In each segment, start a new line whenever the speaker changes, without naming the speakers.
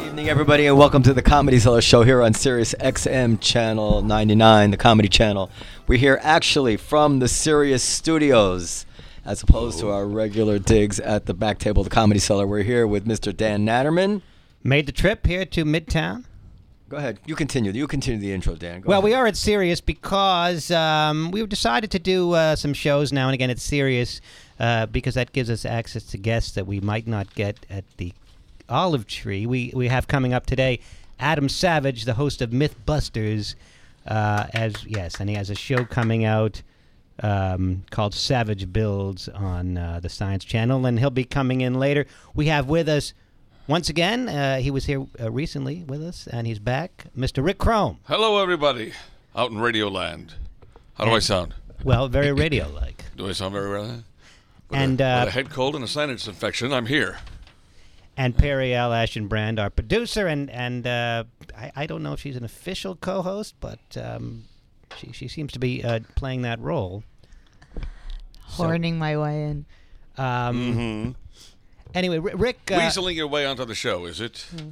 Evening, everybody, and welcome to the Comedy Cellar Show here on Sirius XM Channel 99, the Comedy Channel. We're here actually from the Sirius Studios, as opposed to our regular digs at the back table of the Comedy Cellar. We're here with Mr. Dan Natterman.
Made the trip here to Midtown.
Go ahead. You continue. You continue the intro, Dan. Go
Well,
ahead.
we are at Sirius because um, we've decided to do uh, some shows now and again at Sirius uh, because that gives us access to guests that we might not get at the Olive Tree. We we have coming up today Adam Savage, the host of MythBusters, uh, as yes, and he has a show coming out um, called Savage Builds on uh, the Science Channel, and he'll be coming in later. We have with us. Once again, uh, he was here uh, recently with us, and he's back. Mr. Rick Chrome.
Hello, everybody, out in Radio Land. How do I sound?
Well, very radio like.
Do I sound very well?
And
With a
uh,
head cold and a sinus infection. I'm here.
and Perry L. Ashenbrand, our producer, and and uh, I, I don't know if she's an official co-host, but um, she she seems to be uh, playing that role.
horning my way in.
Um,
Mm-hmm.
Anyway, Ri- Rick, uh,
Weaseling your way onto the show, is it?
Hmm.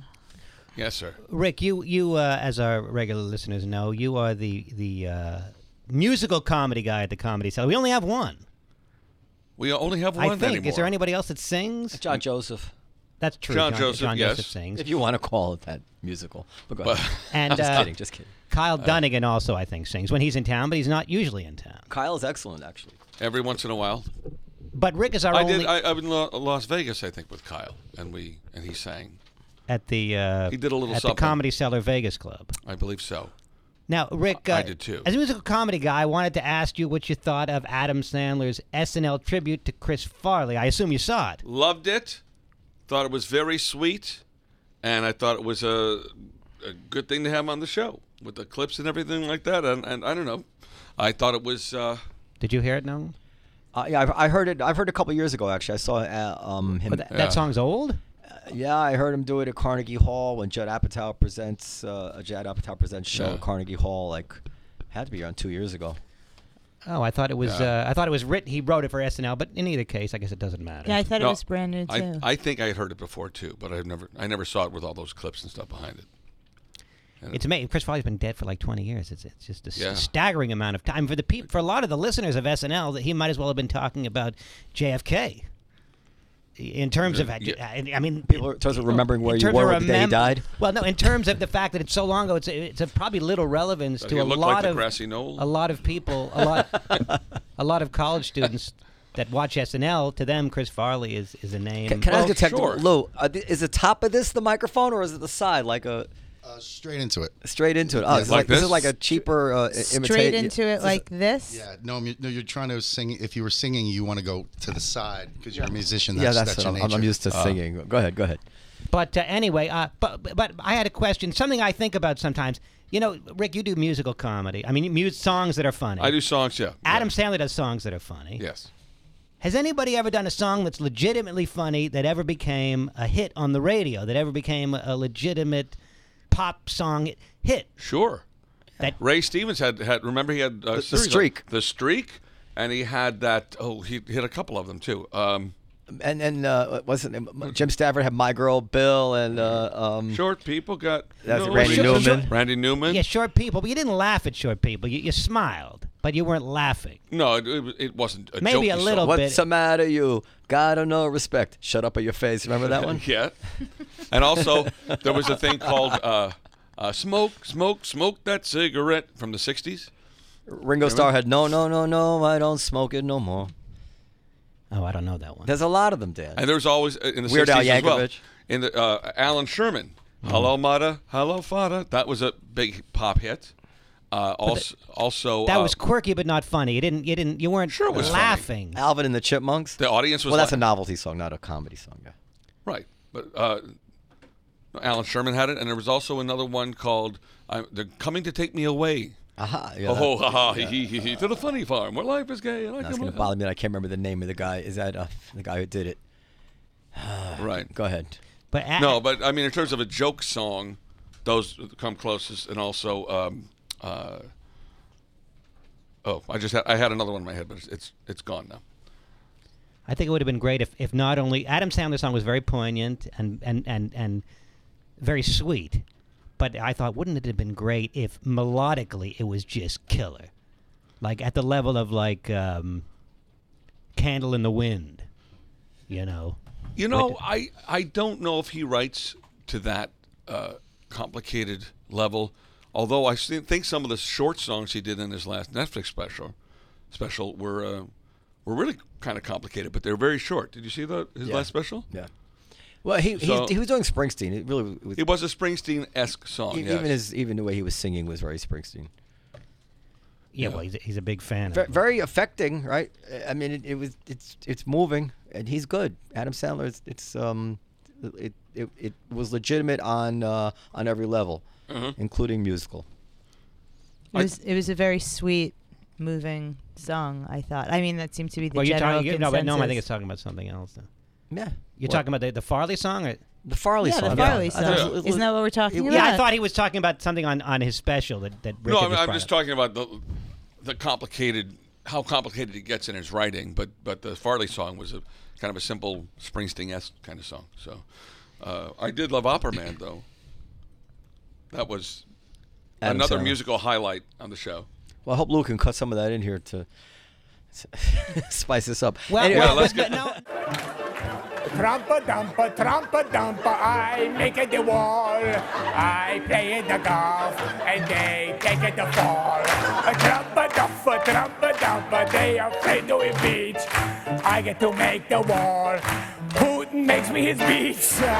Yes, sir.
Rick, you you uh, as our regular listeners know, you are the the uh, musical comedy guy at the Comedy Cellar. We only have one.
We only have one
I think.
anymore.
Is there anybody else that sings?
John Joseph,
That's true.
John Joseph,
John
yes.
Joseph sings.
if you want to call it that musical. But go
But-
ahead.
And,
just
uh,
kidding. Just kidding.
Kyle
Uh,
Dunnigan also, I think, sings when he's in town, but he's not usually in town.
Kyle's excellent, actually.
Every once in a while,
But Rick is our
I
only
did. I, I was in La- Las Vegas, I think, with Kyle, and we and he sang.
at the uh,
He did a little
at
something.
the Comedy Cellar Vegas Club.
I believe so.
Now, Rick, uh,
I did too.
As a musical comedy guy, I wanted to ask you what you thought of Adam Sandler's SNL tribute to Chris Farley. I assume you saw it.
Loved it. Thought it was very sweet, and I thought it was a, a good thing to have on the show with the clips and everything like that. And, and I don't know. I thought it was. Uh,
Did you hear it? No,
Uh, yeah, I've, I heard it. I've heard a couple years ago, actually. I saw uh, um, him.
but that, that song's old.
Yeah, I heard him do it at Carnegie Hall when Judd Apatow presents uh, a Judd Apatow presents show
Yeah.
at Carnegie Hall. Like, had to be around two years ago.
Oh, I thought it was. Uh, I thought it was written. He wrote it for SNL, but in either case, I guess it doesn't matter.
Yeah, I thought
No,
it was brand new
I,
too.
I think I had heard it before too, but I've never I never saw it with all those clips and stuff behind it.
It's amazing. Chris Farley's been dead for like 20 years. It's, it's just a s-
Yeah.
staggering amount of time for the peop- for a lot of the listeners of SNL that he might as well have been talking about JFK. In terms of, uh,
Yeah.
I I mean,
People are- in terms of remembering where
in
you
terms
were
of
with the day he
remem-
died?
Well, no, in terms of the fact that it's so long ago, it's it's of probably little relevance
Uh,
to
he
a
looked
lot
like the
of
grassy knoll.
a lot of people, a lot a lot of college students that watch SNL. To them, Chris Farley is is a name.
Can, can I ask
Well,
a technical?
sure.
Lou, uh, th- is the top of this the microphone or is it the side? Like a
Uh, straight into it.
straight into it. Oh, it's
Like
like this? is
this?
like a cheaper uh, imitation.
Straight into it like this.
Yeah, no, I'm- no, you're trying to sing. If you were singing, you want to go to the side because you're a musician.
Yeah,
That's,
that's,
that's
what I'm,
your
I'm
nature.
used to singing. Go ahead, go ahead.
But uh, anyway, uh, but but I had a question. Something I think about sometimes. You know, Rick, you do musical comedy. I mean, mu- songs that are funny.
I do songs, yeah.
Adam Sandler does songs that are funny.
Yes.
Has anybody ever done a song that's legitimately funny that ever became a hit on the radio? That ever became a legitimate pop song hit?
Sure.
That
Ray Stevens had had remember he had uh,
The- the
series of-
streak.
the streak, and he had that. Oh, he hit a couple of them too. Um,
And and uh, wasn't it- Jim Stafford had my girl Bill and uh, um,
Mm. short people got
That's
no
Randy
reason-
Newman.
Randy Newman.
yeah, short people. But you didn't laugh at short people. You, you smiled, but you weren't laughing.
No, it, it, it wasn't. A
Maybe
jokey
a little
song.
bit.
what's the matter you? Gotta know respect. Shut up at your face. Remember that one?
Yeah. And also, there was a thing called uh, uh, "Smoke, Smoke, Smoke That Cigarette" from the '60s.
Ringo Starr had no, no, no, no. I don't smoke it no more.
Oh, I don't know that one.
There's a lot of them, Dan.
And there's always uh, in the
Weird
60s
Al
as well.
Yankovic. Hmm.
In the uh, Alan Sherman, "Hello Mata, Hello Fada," that was a big pop hit. Uh, also, also
That
uh,
was quirky but not funny. You didn't. You didn't. You weren't
Sure it was funny.
laughing.
Alvin and the Chipmunks.
the audience was
well, that's a
like-
novelty song, not a comedy song. Yeah.
right, but uh, Alan Sherman had it, and there was also another one called uh, "They're Coming to Take Me Away."
Aha. Yeah,
Oh,
that-
ho, ha, ha, he, he, he, he, to the funny farm where life is gay. And I
That's
can
gonna
live-
bother me. that I can't remember the name of the guy. Is that uh, the guy who did it?
Right.
Go ahead.
But a-
No, but I mean, in terms of a joke song, those come closest, and also, um, uh, oh, I just had, I had another one in my head, but it's it's, it's gone now.
I think it would have been great if, if not only Adam Sandler's song was very poignant and, and, and, and very sweet, but I thought wouldn't it have been great if melodically it was just killer, like at the level of like um, "Candle in the Wind," you know?
You know, I I don't know if he writes to that uh, complicated level. Although I see- think some of the short songs he did in his last Netflix special special were uh, were really kind of complicated, but they're very short. Did you see the his
Yeah.
last special?
Yeah. Well, he,
So-
he he was doing Springsteen. It really was,
It was a Springsteen esque song.
e-
yes.
even his even the way he was singing was very Springsteen.
Yeah, well, he's, he's a big fan.
Ve-
of
very affecting, right? Uh, I mean, it, it was it's it's moving, and he's good. Adam Sandler, it's, it's um, it, it it was legitimate on uh, on every level, including musical.
It was, it was a very sweet, moving song. I thought. I mean, that seemed to be the
well, you're
general
talking. you- No, but
consensus.
no, I think it's talking about something else. Though.
Yeah,
You're
What?
talking about the, the Farley song. Or,
the Farley
yeah,
song.
the Farley
I thought it
song.
was-
Isn't that what we're talking
it-
about?
yeah, I thought he was talking about something on, on his special that that. Richard
No, I'm,
was
I'm
brought
just
up.
talking about the the complicated how complicated it gets in his writing. But but the Farley song was a kind of a simple Springsteen esque kind of song. So uh, I did love Opera Man though. That was
Adam
another
Sandler.
musical highlight on the show.
Well, I hope Lou can cut some of that in here to spice this up.
Well,
Anyway,
well,
let's
but-
get-
but no-
Trumpa dumpa, trumpa dumpa, I make it the wall. I play it the golf, and they take it the fall. A trumpa dumpa, trumpa dumpa, they are afraid to impeach. I get to make the wall. Putin makes me his beach.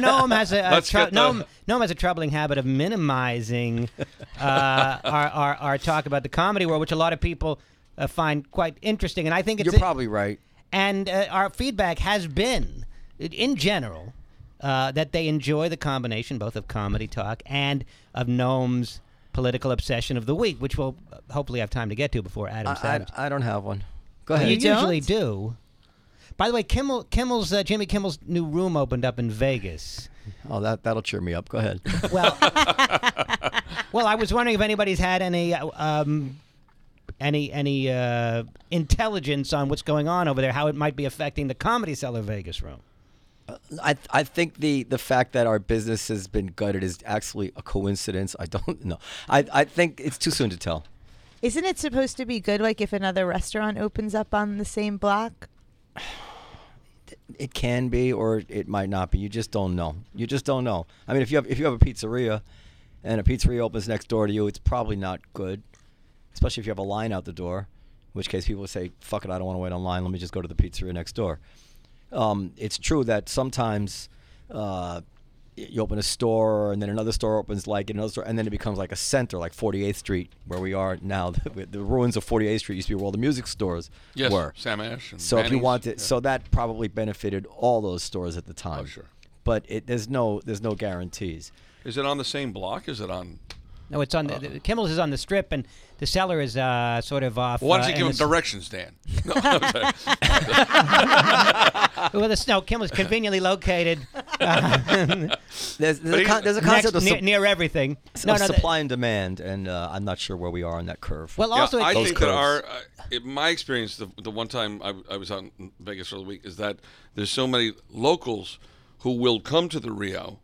Noam has a, a
Let's
trou-
get the-
Noam, Noam has a troubling habit of minimizing uh, our, our our talk about the comedy world, which a lot of people uh, find quite interesting, and I think it's
you're probably right.
and uh, our feedback has been, in general, uh, that they enjoy the combination both of comedy talk and of Noam's political obsession of the week, which we'll uh, hopefully have time to get to before Adam
I, I, I don't have one. Go ahead.
you
don't?
usually do. By the way, Kimmel, Kimmel's uh, Jimmy Kimmel's new room opened up in Vegas.
Oh, that that'll cheer me up. Go ahead.
Well, well, I was wondering if anybody's had any uh, um, any any uh, intelligence on what's going on over there, how it might be affecting the Comedy Cellar Vegas room.
I I think the the fact that our business has been gutted is actually a coincidence. I don't know. I I think it's too soon to tell.
Isn't it supposed to be good? Like if another restaurant opens up on the same block.
It can be, or it might not be. You just don't know. You just don't know. I mean, if you have if you have a pizzeria, and a pizzeria opens next door to you, it's probably not good, especially if you have a line out the door. In which case, people say, "Fuck it, I don't want to wait online. Let me just go to the pizzeria next door." Um, it's true that sometimes uh, you open a store, and then another store opens like it, another store, and then it becomes like a center, like 48th Street, where we are now. the ruins of 48th Street used to be where all the music stores
Yes,
were.
Sam Ash. And
So if you
Manny's.
want it,
Yeah.
so that probably benefited all those stores
Oh,
at the time.
sure.
But it, there's no there's no guarantees.
is it on the same block? Is it on?
No, it's on the, the Kimmel's is on the strip, and the cellar is uh, sort of off.
Why don't
uh,
you
in
give him
the-
directions, Dan? No, I'm sorry.
Well, the no, Kimmel's conveniently located
There's there's, a,
But
con-
he-
there's a
next,
concept of,
near,
sup-
near everything.
of
No, no, the-
supply and demand, and uh, I'm not sure where we are on that curve.
well,
Yeah,
also,
I
it's,
those
think
curves.
that our, uh, in my experience, the, the one time I, I was out in Vegas for the week is that there's so many locals who will come to the Rio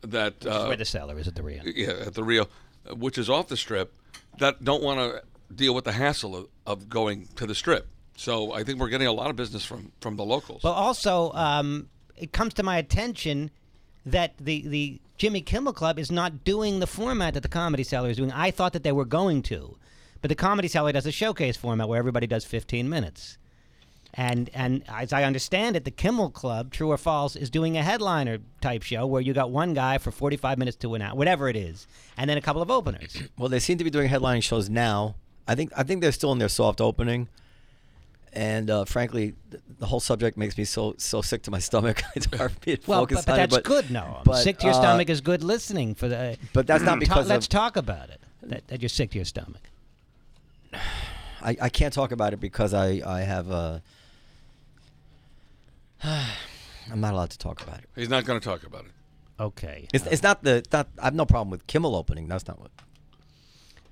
that uh,
where the cellar is at the Rio.
yeah at the Rio, uh, which is off the strip, that don't want to deal with the hassle of, of going to the strip. So I think we're getting a lot of business from from the locals.
Well, also, um, it comes to my attention that the, the Jimmy Kimmel Club is not doing the format that the Comedy Cellar is doing. I thought that they were going to. But the comedy cellar does a showcase format where everybody does 15 minutes. And and as I understand it, the Kimmel Club, True or False, is doing a headliner type show where you got one guy for 45 minutes to an hour, whatever it is, and then a couple of openers.
Well, they seem to be doing headlining shows now. I think I think they're still in their soft opening. And uh, frankly, th- the whole subject makes me so so sick to my stomach. it's hard for me to
Well,
focus
but, but
on
that's
it. But
good. No,
but,
sick to your
uh,
stomach is good listening for the.
But that's not
Ta-
because
let's
of,
talk about it. That, that you're sick to your stomach.
I, I can't talk about it because I I have a. I'm not allowed to talk about it.
He's not going to talk about it.
Okay.
It's, it's not the it's not. I have no problem with Kimmel opening. That's not what.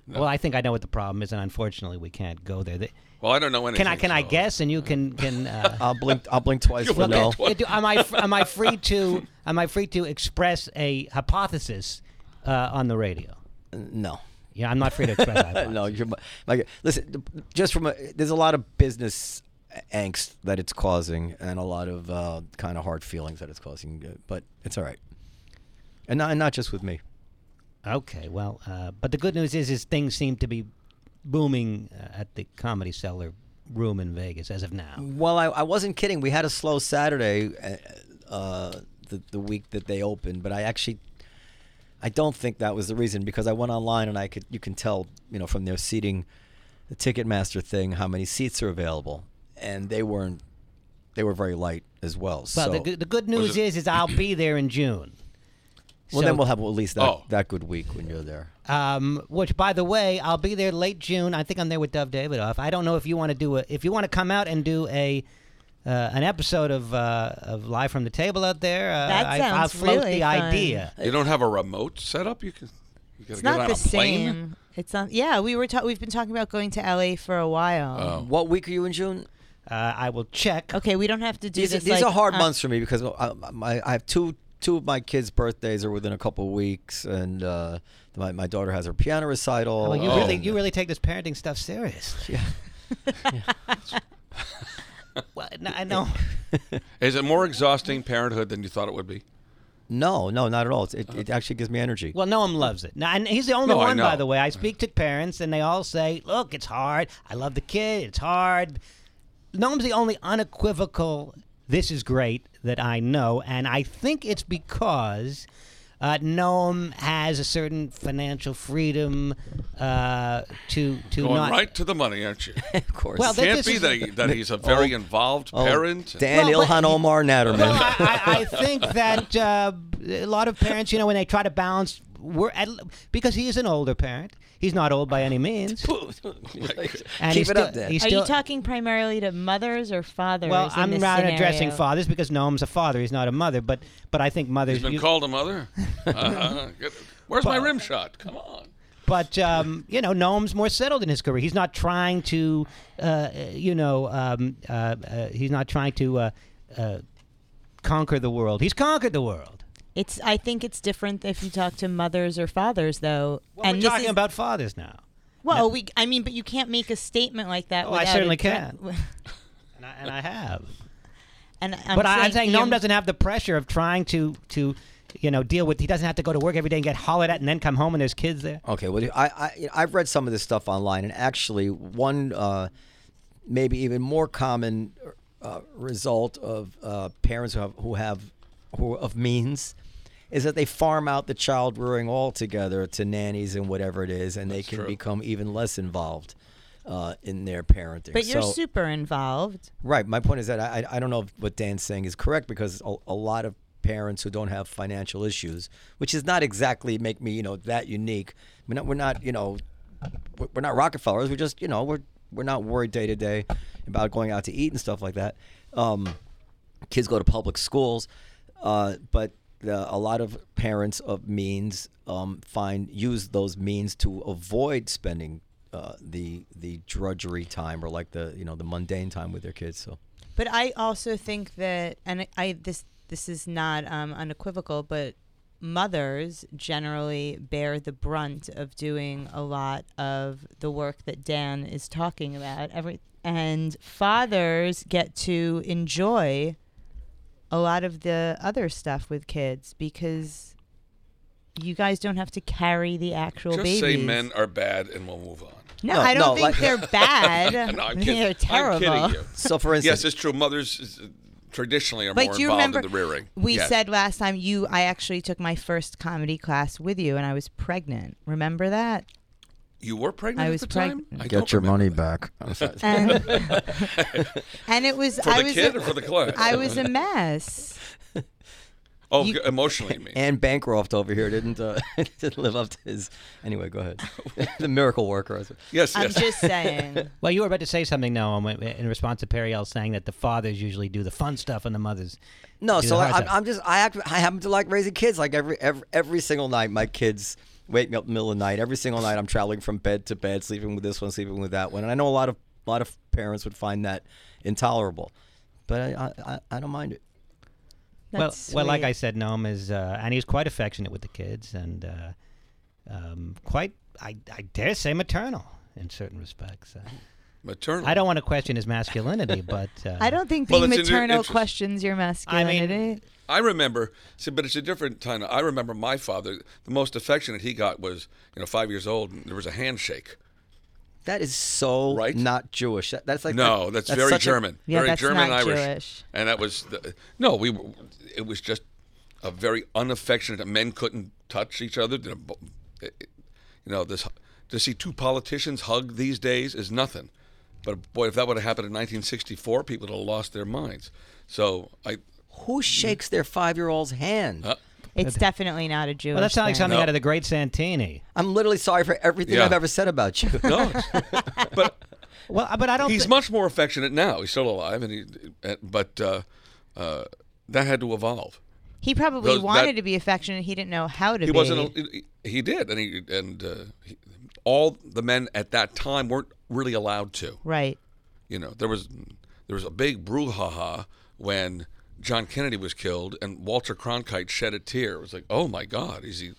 Well, I think I know what the problem is, and unfortunately, we can't go there. The-
Well, I don't know anything.
Can I? Can I
so-
guess? And you can can. Uh,
I'll blink. I'll blink twice for
Well,
no.
that's
Yeah, do- am I f- am I free to am I free to express a hypothesis uh, on the radio?
No.
Yeah, I'm not free to express. a hypothesis.
No, you're like listen. th- Just from a, there's a lot of business angst that it's causing, and a lot of uh, kind of hard feelings that it's causing. uh, But it's all right, and not, and not just with me.
Okay. Well, uh, but the good news is, is things seem to be booming uh, at the Comedy Cellar room in Vegas as of now.
Well, I, I wasn't kidding. We had a slow Saturday, uh, uh, the the week that they opened, but I actually. I don't think that was the reason because I went online and I could you can tell you know from their seating, the Ticketmaster thing how many seats are available, and they weren't, they were very light as well.
Well,
so
the, good- the good news is, is I'll be there in June.
Well,
So-
then we'll have at least that,
Oh.
that good week when you're there.
Um, which, by the way, I'll be there late June. I think I'm there with Dove Davidoff. I don't know if you want to do a, if you want to come out and do a, uh, an episode of uh, of live from the table out there. Uh,
That
I, I'll
sounds
float
really
the
fun.
idea.
You don't have a remote set up. You can. You gotta
It's
get
not
on
the
a plane?
same. It's not. Yeah, we were. Ta- we've been talking about going to LA for a while.
Oh.
What week are you in June?
Uh, I will check.
okay, we don't have to do
These, are-
this.
these
like, uh,
are hard
on-
months for me because I, my, I have two two of my kids' birthdays are within a couple of weeks, and uh, my, my daughter has her piano recital. um,
Well, you
Oh.
really you really take this parenting stuff serious.
Yeah.
Well, no, I know.
Is it more exhausting parenthood than you thought it would be?
No, no, not at all. It's, it, it actually gives me energy.
Well, Noam loves it. Now, and he's the only
No, I
one, by
know.
the way. I speak to parents, and they all say, "Look, it's hard. I love the kid. It's hard." Noam's the only unequivocal. This is great that I know, and I think it's because uh, Noam has a certain financial freedom uh, to to
Going
not.
right to the money, aren't you? It
of course.
well, that-
can't
this
be
is-
that, he- that he's a
Oh,
very involved parent.
Dan
Well, but-
Ilhan Omar Natterman.
Well, I, I, I think that uh, a lot of parents, you know, when they try to balance, we're at, because he is an older parent. He's not old by any means. And
Keep
he's
it
still-
up, Dan.
he's
Are you
still-
talking primarily to mothers or fathers?
Well,
in
I'm
this
not
scenario?
addressing fathers because Noam's a father. He's not a mother. But but I think mothers.
He's been
you-
called a mother. Uh, get- where's my rim shot? Come on.
But um, you know, Noam's more settled in his career. He's not trying to, uh, you know, um, uh, uh, he's not trying to uh, uh, conquer the world. He's conquered the world.
It's. I think it's different if you talk to mothers or fathers, though.
Well,
and
we're
this
talking
is-
about fathers now.
Well, we. I mean, but you can't make a statement like that.
Oh, I
without
certainly
addre-
can. And I, and I have.
And I'm
but I, I'm saying
saying
Noam
you're-
doesn't have the um pressure of trying to to, you know, deal with. He doesn't have to go to work every day and get hollered at and then come home and there's kids there.
Okay, well, I, I you know, I've read some of this stuff online, and actually, one uh, maybe even more common uh, result of uh, parents who have who have who are of means is that they farm out the child rearing altogether to nannies and whatever it is, and they can
true.
become even less involved uh, in their parenting.
But you're
So-
super involved.
Right. My point is that I, I I don't know if what Dan's saying is correct because a, a lot of parents who don't have financial issues, which is not exactly make me you know that unique. We're not, we're not you know we're- we're not Rockefellers. We're just you know we're we're not worried day to day about going out to eat and stuff like that. Um, kids go to public schools, uh, but uh, a lot of parents of means um, find use those means to avoid spending uh, the the drudgery time or like the you know the mundane time with their kids. So
But I also think that, and I this this is not um, unequivocal, but mothers generally bear the brunt of doing a lot of the work that Dan is talking about. Every and fathers get to enjoy a lot of the other stuff with kids because you guys don't have to carry the actual
Just
babies.
say men are bad and we'll move on.
No,
No,
I don't
no,
think
like-
they're bad.
No, I'm kidding.
they're
I'm
terrible.
kidding you.
So, for instance,
Yes, it's true. Mothers is- traditionally are
But
more
do you
involved
remember
in the rearing.
we
Yes.
said last time you I actually took my first comedy class with you and I was pregnant. Remember that?
you were pregnant.
I
at
was
the Time?
pregnant.
I
get
don't
your
remember
money
that.
back. I'm sorry.
And, and it was
for
I
the
was
kid
a-
or for the class.
I was a mess.
oh,
you-
emotionally, me.
And Bancroft over here didn't uh, didn't live up to his. Anyway, go ahead. the miracle worker. I was-
yes,
I'm
yes.
just saying.
Well, you were about to say something, though, in- in response to Periel saying that the fathers usually do the fun stuff and the mothers.
No,
do
so
the
like,
hard
I'm,
stuff.
I'm just I act, I happen to like raising kids. Like every every every single night, my kids wake me up in the middle of the night. Every single night, I'm traveling from bed to bed, sleeping with this one, sleeping with that one. And I know a lot of a lot of parents would find that intolerable, but I I, I, I don't mind it.
well,
That's
well, like
sweet.
I said, Noam is, uh, and he was quite affectionate with the kids and uh, um, quite, I, I dare say, maternal in certain respects. Uh,
Maternal.
I don't want to question his masculinity, but uh,
I don't think
Well,
being
it's in your
maternal
interest.
questions your
I mean-
masculinity.
I remember, see, but it's a different time. I remember my father. The most affectionate he got was, you know, five years old, and there was a handshake.
That is so
Right?
not Jewish. That, that's like
No, that's, very
such a-
German.
Yeah,
very
that's
German
not
Irish.
Jewish.
And that was the, no, we were- it was just a very unaffectionate. Men couldn't touch each other. You know, bo- it- it- eh, you know, this to see two politicians hug these days is nothing. But boy, if that would have happened in 1964, people would have lost their minds. So I
who shakes their five year old's hand?
Uh,
It's definitely not a Jewish.
Well, that sounds like
thing.
something
No.
out of the Great Santini.
I'm literally sorry for everything
Yeah.
I've ever said about you.
no, it's- but
Well, uh, but I don't.
he's
thi-
much more affectionate now. He's still alive, and he uh, but uh, uh, that had to evolve.
He probably
Those- that-
wanted to be affectionate. He didn't know how to
he
be.
wasn't. A, he did, and he and uh, he, all the men at that time weren't really allowed to.
right.
You know, there was there was a big brouhaha when John Kennedy was killed, and Walter Cronkite shed a tear. It was like, oh my God, is he?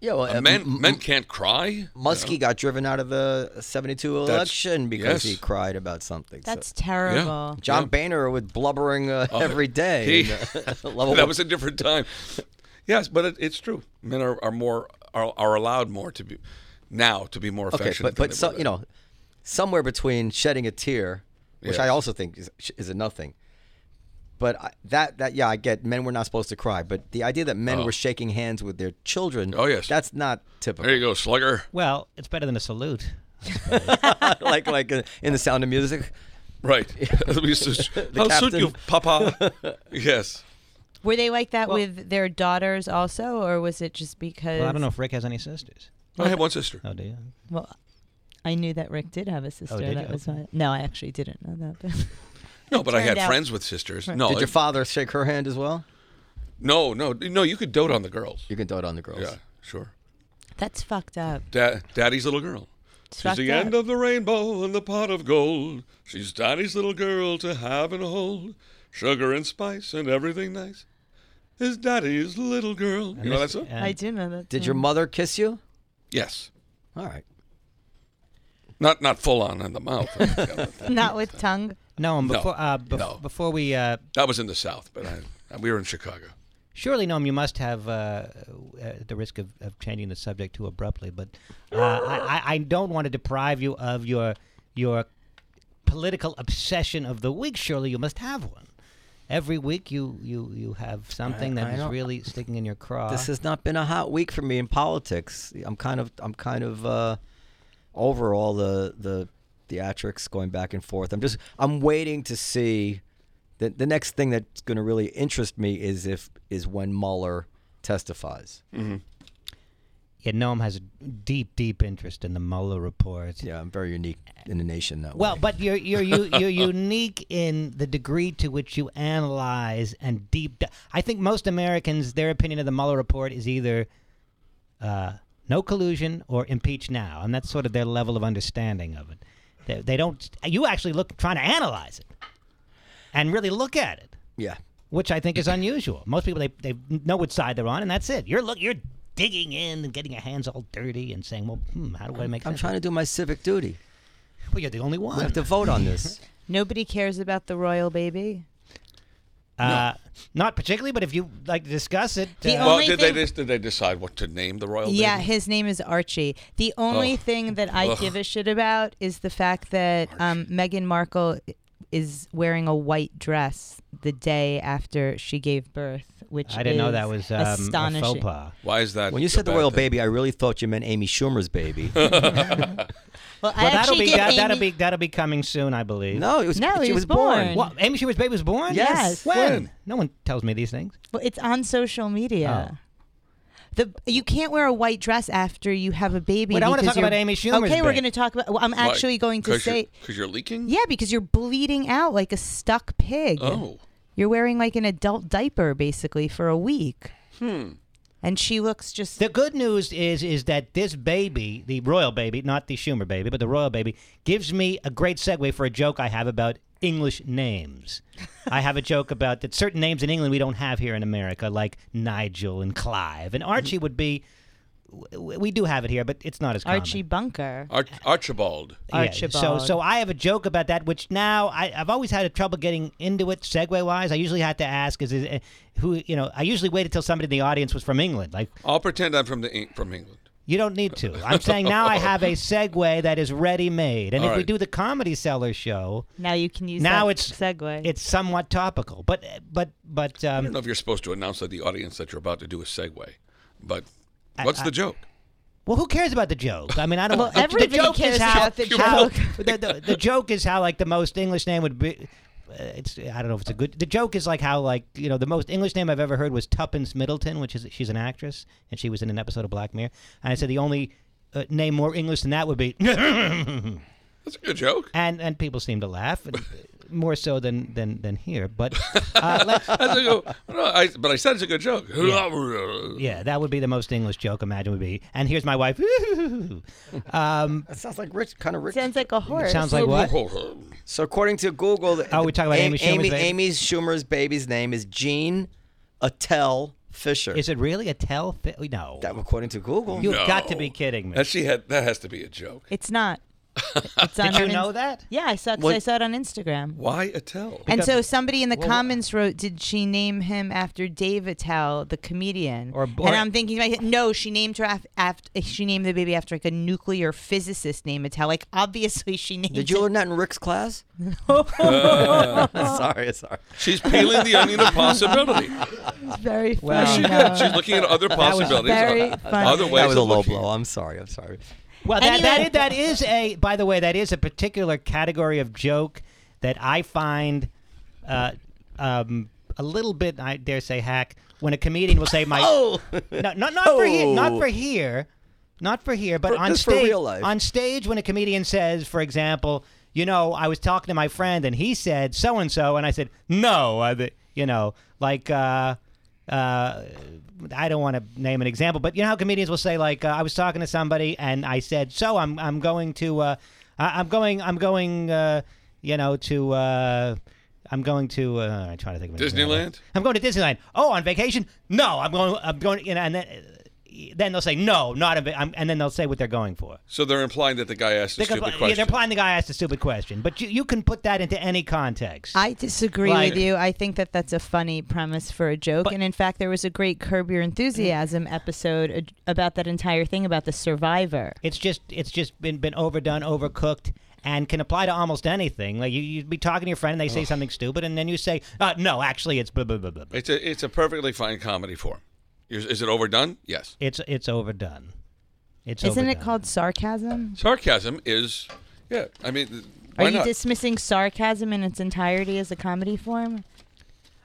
yeah, well, uh,
men
m- m-
men can't cry.
Muskie got driven out of the 72 election because
yes.
he cried about something. so-
That's terrible.
John Boehner with blubbering uh, every day.
Oh, he-
and, uh, level
that was a different time. Yes, but it, it's true. Men are, are more are, are allowed more to be now to be more
okay,
affectionate.
but
than
but
they
so,
were
you
then.
know, somewhere between shedding a tear, which I
Yes.
also think is, is a nothing. But I, that that yeah, I get men were not supposed to cry, but the idea that men were shaking hands with their children,
Oh, yes.
that's not typical.
There you go, slugger.
Well, it's better than a salute.
like like uh, in the Sound of Music.
Right. We used to- How suit
captain.
you, Papa? yes.
Were they like that
Well-
with their daughters also, or was it just because?
Well, I don't know if Rick has any sisters.
I have one sister.
Oh, do you?
Well, I knew that Rick did have a sister.
Oh, did
that
you?
was why. No, I actually didn't know that. But
No, but I had
turned out-
friends with sisters. No,
Did your
Oh, it-
father shake her hand as well?
no, no, no. You could dote on the girls.
You can do it on the girls.
Yeah, sure.
that's fucked up.
Da- Daddy's little girl.
It's
She's
fucked
the
up.
end of the rainbow and the pot of gold. She's daddy's little girl to have and hold. Sugar and spice and everything nice. Is daddy's little girl. You know that song?
I do know that.
Did
song.
your mother kiss you?
Yes.
All right.
Not not full on in the mouth.
not with tongue?
No, and
No.
before uh, bef-
No.
before we uh,
that was in the South, but I, we were in Chicago.
surely Noam, you must have uh, at the risk of, of changing the subject too abruptly, but uh, I, I- I don't want to deprive you of your your political obsession of the week. Surely you must have one. Every week you you you have something
I
that is
don't-
really sticking in your craw.
this has not been a hot week for me in politics. I'm kind of I'm kind of uh, over all the the theatrics going back and forth. I'm just I'm waiting to see the the next thing that's going to really interest me is if is when Mueller testifies.
Hmm. yeah, Noam has a deep deep interest in the Mueller report.
Yeah, I'm very unique in the nation that
Well,
way.
but you're you're you- you're unique in the degree to which you analyze and deep. di- I think most Americans, their opinion of the Mueller report is either uh, no collusion or impeach now, and that's sort of their level of understanding of it. They, they don't. You actually look trying to analyze it and really look at it,
yeah,
which I think is unusual. Most people they they know which side they're on, and that's it. You're look you're digging in and getting your hands all dirty and saying, well, hmm, how do I make
I'm
sense?
trying to do my civic duty.
Well, you're the only one.
We have to vote on this.
Nobody cares about the royal baby.
Uh, Not particularly, but if you like to discuss it,
The
uh,
only
Well, did they
thing-
just, did they decide what to name the royal?
Yeah,
baby?
his name is Archie. The only
Ugh.
thing that I
Ugh.
give a shit about is the fact that um, Meghan Markle i- is wearing a white dress the day after she gave birth, which
I didn't know
is
that was um, a
astonishing.
faux pas.
Why is that?
When you
a
said the
bad
royal
thing?
baby, I really thought you meant Amy Schumer's baby.
Well, I
Well, that'll
actually
be
give
that,
Amy,
that'll be that'll be coming soon, I believe.
no, it was
No,
she
he
was
was
born.
born.
What? Amy Schumer's baby's born?
Yes.
Yes.
When? No one tells me these things.
Well, it's on social
Oh.
media. The, you can't wear a white dress after you have a baby.
Wait, I wanna
because
talk about
you're-
Amy Schumer's
Okay, we're
bit.
going to talk about. Well, I'm
Why?
actually going to
'Cause you're-
say.
'cause you're leaking.
Yeah, because you're bleeding out like a stuck pig.
Oh.
You're wearing like an adult diaper basically for a week. Hmm. And she looks just
The good news is is that this baby, the royal baby, not the Schumer baby, but the royal baby, gives me a great segue for a joke I have about English names. I have a joke about that certain names in England we don't have here in America, like Nigel and Clive, and
Mm-hmm.
Archie would be. w- w- We do have it here, but it's not as common.
Archie Bunker.
Arch- Archibald.
Yeah,
Archibald.
so, so I have a joke about that, which now I, I've always had trouble getting into it segue wise. I usually had to ask, is it, eh, who you know? I usually waited till somebody in the audience was from England. Like
I'll pretend I'm from the Eng- from England.
you don't need to. I'm saying now I have a segue that is ready made, and
All
if we
right.
do the comedy seller show,
Now you can use
now
that
it's
segue.
It's somewhat topical, but but but
I don't
um,
know if you're supposed to announce to the audience that you're about to do a segue, but what's the joke?
well, who cares about the joke? I mean, I don't.
Well,
the-
everybody
the joke
cares
is how,
about the
how-
joke.
the, the, the joke is how like the most English name would be. uh, It's I don't know if it's a good. The joke is like how like you know the most English name I've ever heard was Tuppence Middleton, which is she's an actress and she was in an episode of Black Mirror. And I said the only uh, name more English than that would be,
That's a good joke.
and and people seem to laugh. and, uh, More so than than than here, but uh, let's,
That's a good, no, I, but I said it's a good joke.
yeah, that would be the most English joke. Imagine would be. And here's my wife. um,
That sounds like rich, kind of rich.
Sounds like a horse.
sounds like what?
So according to Google, the-
Oh, we're talking about Amy Schumer's
Amy,
baby?
Amy Schumer's baby's name is Jean Attell Fisher.
Is it really a tell? Fi- no.
that according to Google?
You've got to be kidding me.
That she had. That has to be a joke.
It's not. It's on
Did
her
you
in-
know that?
Yeah, I saw, 'cause
What-
I saw it on Instagram.
Why Attell?
And so somebody in the comments wrote, "Did she name him after Dave Attell, the comedian?"
Or- or-
and I'm thinking, in my head, no, she named her after, after she named the baby after like a nuclear physicist named Attell. Like obviously she named.
Did you
it-
learn that in Rick's class? sorry, sorry.
She's peeling the onion of possibility.
Very
Well-
funny.
She
though.
She's looking at other possibilities.
very
other-
funny.
Other ways
That was a
of
low
looking.
blow. I'm sorry. I'm sorry.
Well, that, that,
Anyway.
is, that is a, by the way, that is a particular category of joke that I find uh, um, a little bit, I dare say, hack when a comedian will say, "My oh, no, not not for here, not for here, not for here, but
Oh. For-
on
just for
stage.
real life.
On stage, when a comedian says, for example, you know, I was talking to my friend and he said so and so, and I said no, I, th- you know, like." Uh, uh, I don't want to name an example, but you know how comedians will say like, uh, "I was talking to somebody and I said, so I'm I'm going to, uh, I, I'm going, I'm going, uh, you know, to, uh, I'm going to, uh, I'm trying to think of an example.
Disneyland?
I'm going to Disneyland. Oh, on vacation? No, I'm going, I'm going, you know, and then, uh, then they'll say no, not a, va- I'm, and then they'll say what they're going for.
So they're implying that the guy asked a
They're,
stupid
compli- yeah,
question.
they're implying the guy asked a stupid question, but you you can put that into any context.
I disagree
Like-
with you. I think that that's a funny premise for a joke. and in fact, there was a great Curb Your Enthusiasm episode ad- about that entire thing about the survivor.
It's just it's just been been overdone, overcooked, and can apply to almost anything. Like you, you'd be talking to your friend, and they say something stupid, and then you say, uh, "No, actually, it's blah, blah, blah, blah, blah."
It's a it's a perfectly fine comedy form. Is, is it overdone? Yes.
It's it's overdone. It's
Isn't it
overdone.
called sarcasm?
Sarcasm is. Yeah. I mean, th- why
Are you
not?
dismissing sarcasm in its entirety as a comedy form?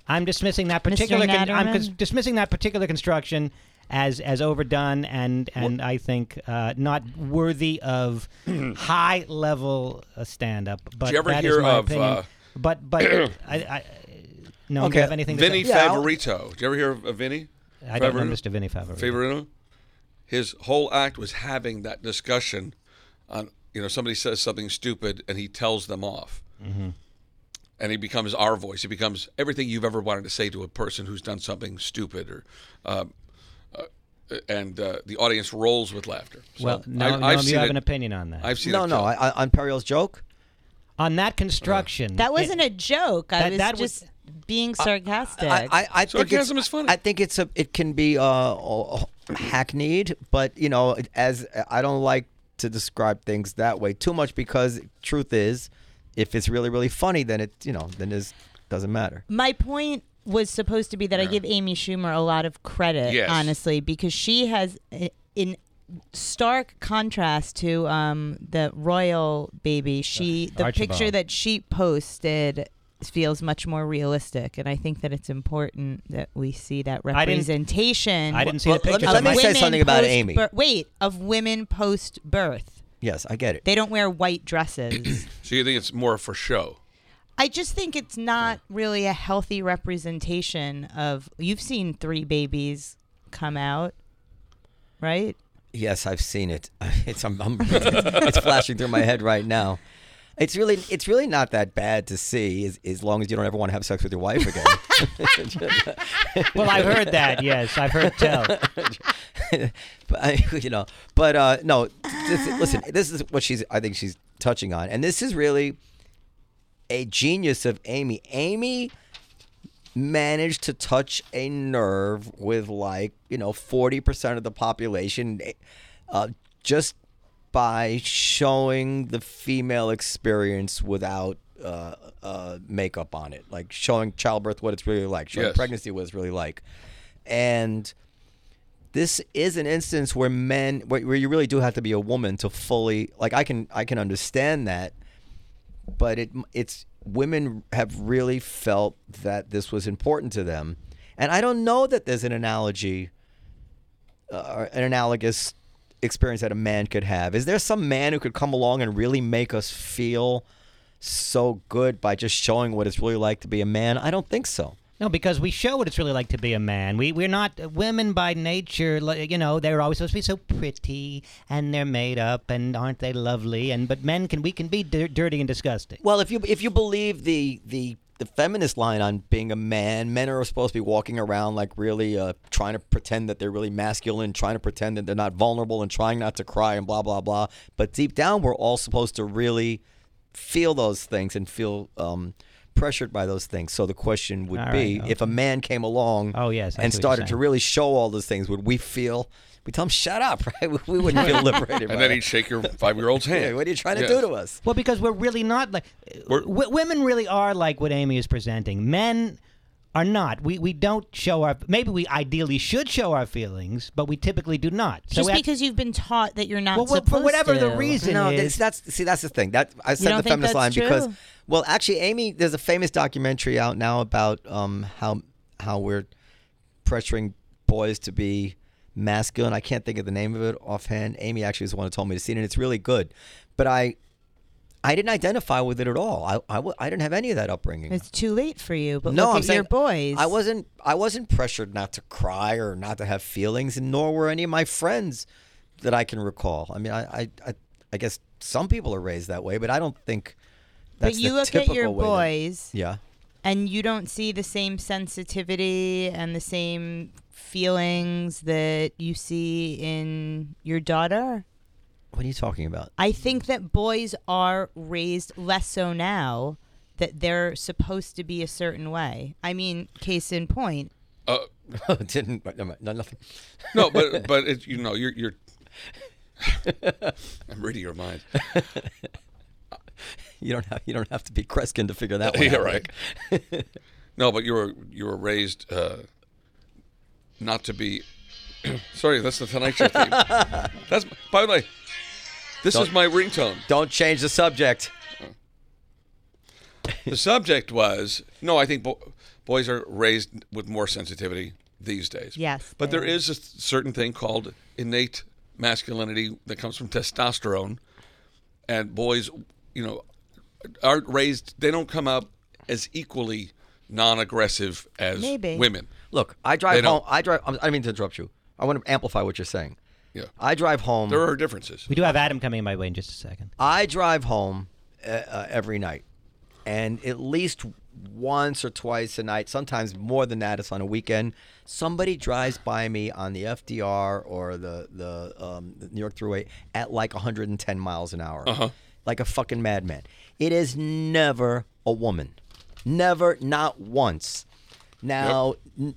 I'm dismissing that particular. I'm
Natterman?
cons- dismissing that particular construction as as overdone and and I think uh, not worthy of high level uh, stand up. But
you ever
that is
hear
my
of,
opinion.
uh,
but but I. I no, one
Okay,
do you have anything to
Vinny
say?
Yeah, I'll-
Favorito. Did you ever hear of of Vinny?
I don't know
Favorito?
Mr. Vinny Favorito.
Favorito. His whole act was having that discussion on, you know, somebody says something stupid and he tells them off.
Mm-hmm.
And he becomes our voice. He becomes everything you've ever wanted to say to a person who's done something stupid or, um, uh, and uh, the audience rolls with laughter. So
Well, no,
I,
no,
I've
you
seen
have
it-
an opinion on that.
I've seen
No,
it
no.
killed.
I, I, on Periel's joke.
on that construction.
That wasn't a joke. I
That-
was
that was-
just being sarcastic.
I, I, I think it's-
Sarcasm is funny.
I think it's a. It can be uh, uh, hackneyed, but you know, as I don't like to describe things that way too much because truth is, if it's really really funny, then it you know then it doesn't matter.
My point was supposed to be that I give Amy Schumer a lot of credit,
Yes.
honestly, because she has, i- in stark contrast to um, the royal baby, she the
Archibald.
picture that she posted feels much more realistic, and I think that it's important that we see that
I didn't-
representation.
I didn't see
Well,
the picture.
let
of
me say
women
something about
post-
Amy.
bir- wait, of women post birth,
Yes, I get it.
they don't wear white dresses.
So you think it's more for show?
I just think it's not really a healthy representation of. You've seen three babies come out, right?
Yes, I've seen it. It's I'm, I'm, it's flashing through my head right now. It's really it's really not that bad to see as, as long as you don't ever want to have sex with your wife again.
well, I've heard that. Yes, I've heard tell.
but I, you know, but uh, no. This, listen, this is what she's. I think she's touching on, and this is really a genius of Amy. Amy managed to touch a nerve with like you know forty percent of the population, uh, just by showing the female experience without. Uh, uh, makeup on it, like showing childbirth, what it's really like, showing
Yes.
pregnancy, what it's really like, and this is an instance where men where, where you really do have to be a woman to fully like i can i can understand that but it it's women have really felt that this was important to them and i don't know that there's an analogy uh, or an analogous experience that a man could have is there some man who could come along and really make us feel so good by just showing what it's really like to be a man i don't think so
No, because we show what it's really like to be a man. We we're not women by nature. li- You know, they're always supposed to be so pretty, and they're made up, and aren't they lovely? And but men can we can be dir- dirty and disgusting.
Well, if you if you believe the the the feminist line on being a man, men are supposed to be walking around like really uh, trying to pretend that they're really masculine, trying to pretend that they're not vulnerable, and trying not to cry and blah blah blah. But deep down, we're all supposed to really feel those things and feel um, pressured by those things. So the question would
All
be,
right,
if a man came along,
Oh, yes, I
and
see what you're
started to
saying.
really show all those things, would we feel? We tell him shut up, right? We, we wouldn't feel liberated.
And
by
then
that.
he'd shake your five-year-old's hand.
Hey, what are you trying to
Yes.
do to us?
Well, because we're really not like
We're-
w- women. Really are like what Amy is presenting. Men are not. We we don't show our. Maybe we ideally should show our feelings, but we typically do not. So
Just
we have-
because you've been taught that you're not
Well, what-
supposed
for whatever the
to.
reason
no,
is-
it's- that's see, that's the thing. That I said
don't
the
think
feminist
that's
line because,
true?
well, actually, Amy, there's a famous documentary out now about um, how how we're pressuring boys to be masculine. I can't think of the name of it offhand. Amy actually was the one who told me to see it, and it's really good. But I, I didn't identify with it at all. I I, w- I didn't have any of that upbringing.
It's too late for you. But
no,
look
I'm
at
saying
your boys.
I wasn't. I wasn't pressured not to cry or not to have feelings, and nor were any of my friends that I can recall. I mean, I, I, I, I guess some people are raised that way, but I don't think. That's
But you
the
look at your
typical way that-
boys,
yeah.
and you don't see the same sensitivity and the same feelings that you see in your daughter.
What are you talking about?
I think that boys are raised less so now that they're supposed to be a certain way. I mean, case in point,
Uh,
Didn't no, no, nothing.
no, but but it, you know you're you're. I'm reading your mind.
You don't have. You don't have to be Kreskin to figure that one
yeah,
out.
right. no, but you were you were raised uh, not to be. Sorry, that's the Tonight Show theme. That's by the way, this is
Don't-
my ringtone.
Don't change the subject.
The subject was no. I think bo- boys are raised with more sensitivity these days.
Yes,
but
they
there
are.
is a certain thing called innate masculinity that comes from testosterone, and boys, you know, aren't raised. They don't come up as equally non-aggressive as
Maybe.
women.
Look, I
They
drive
don't.
home. I drive. I'm, I didn't mean to interrupt you. I want to amplify what you're saying.
Yeah,
I drive home.
there are differences.
we do have Adam coming my way in just a second.
I drive home uh, uh, every night, and at least once or twice a night, sometimes more than that. It's on a weekend. Somebody drives by me on the FDR or the the, um, the New York Thruway at like 110 miles an hour, like a fucking madman. It is never a woman. Never, not once. Now, n-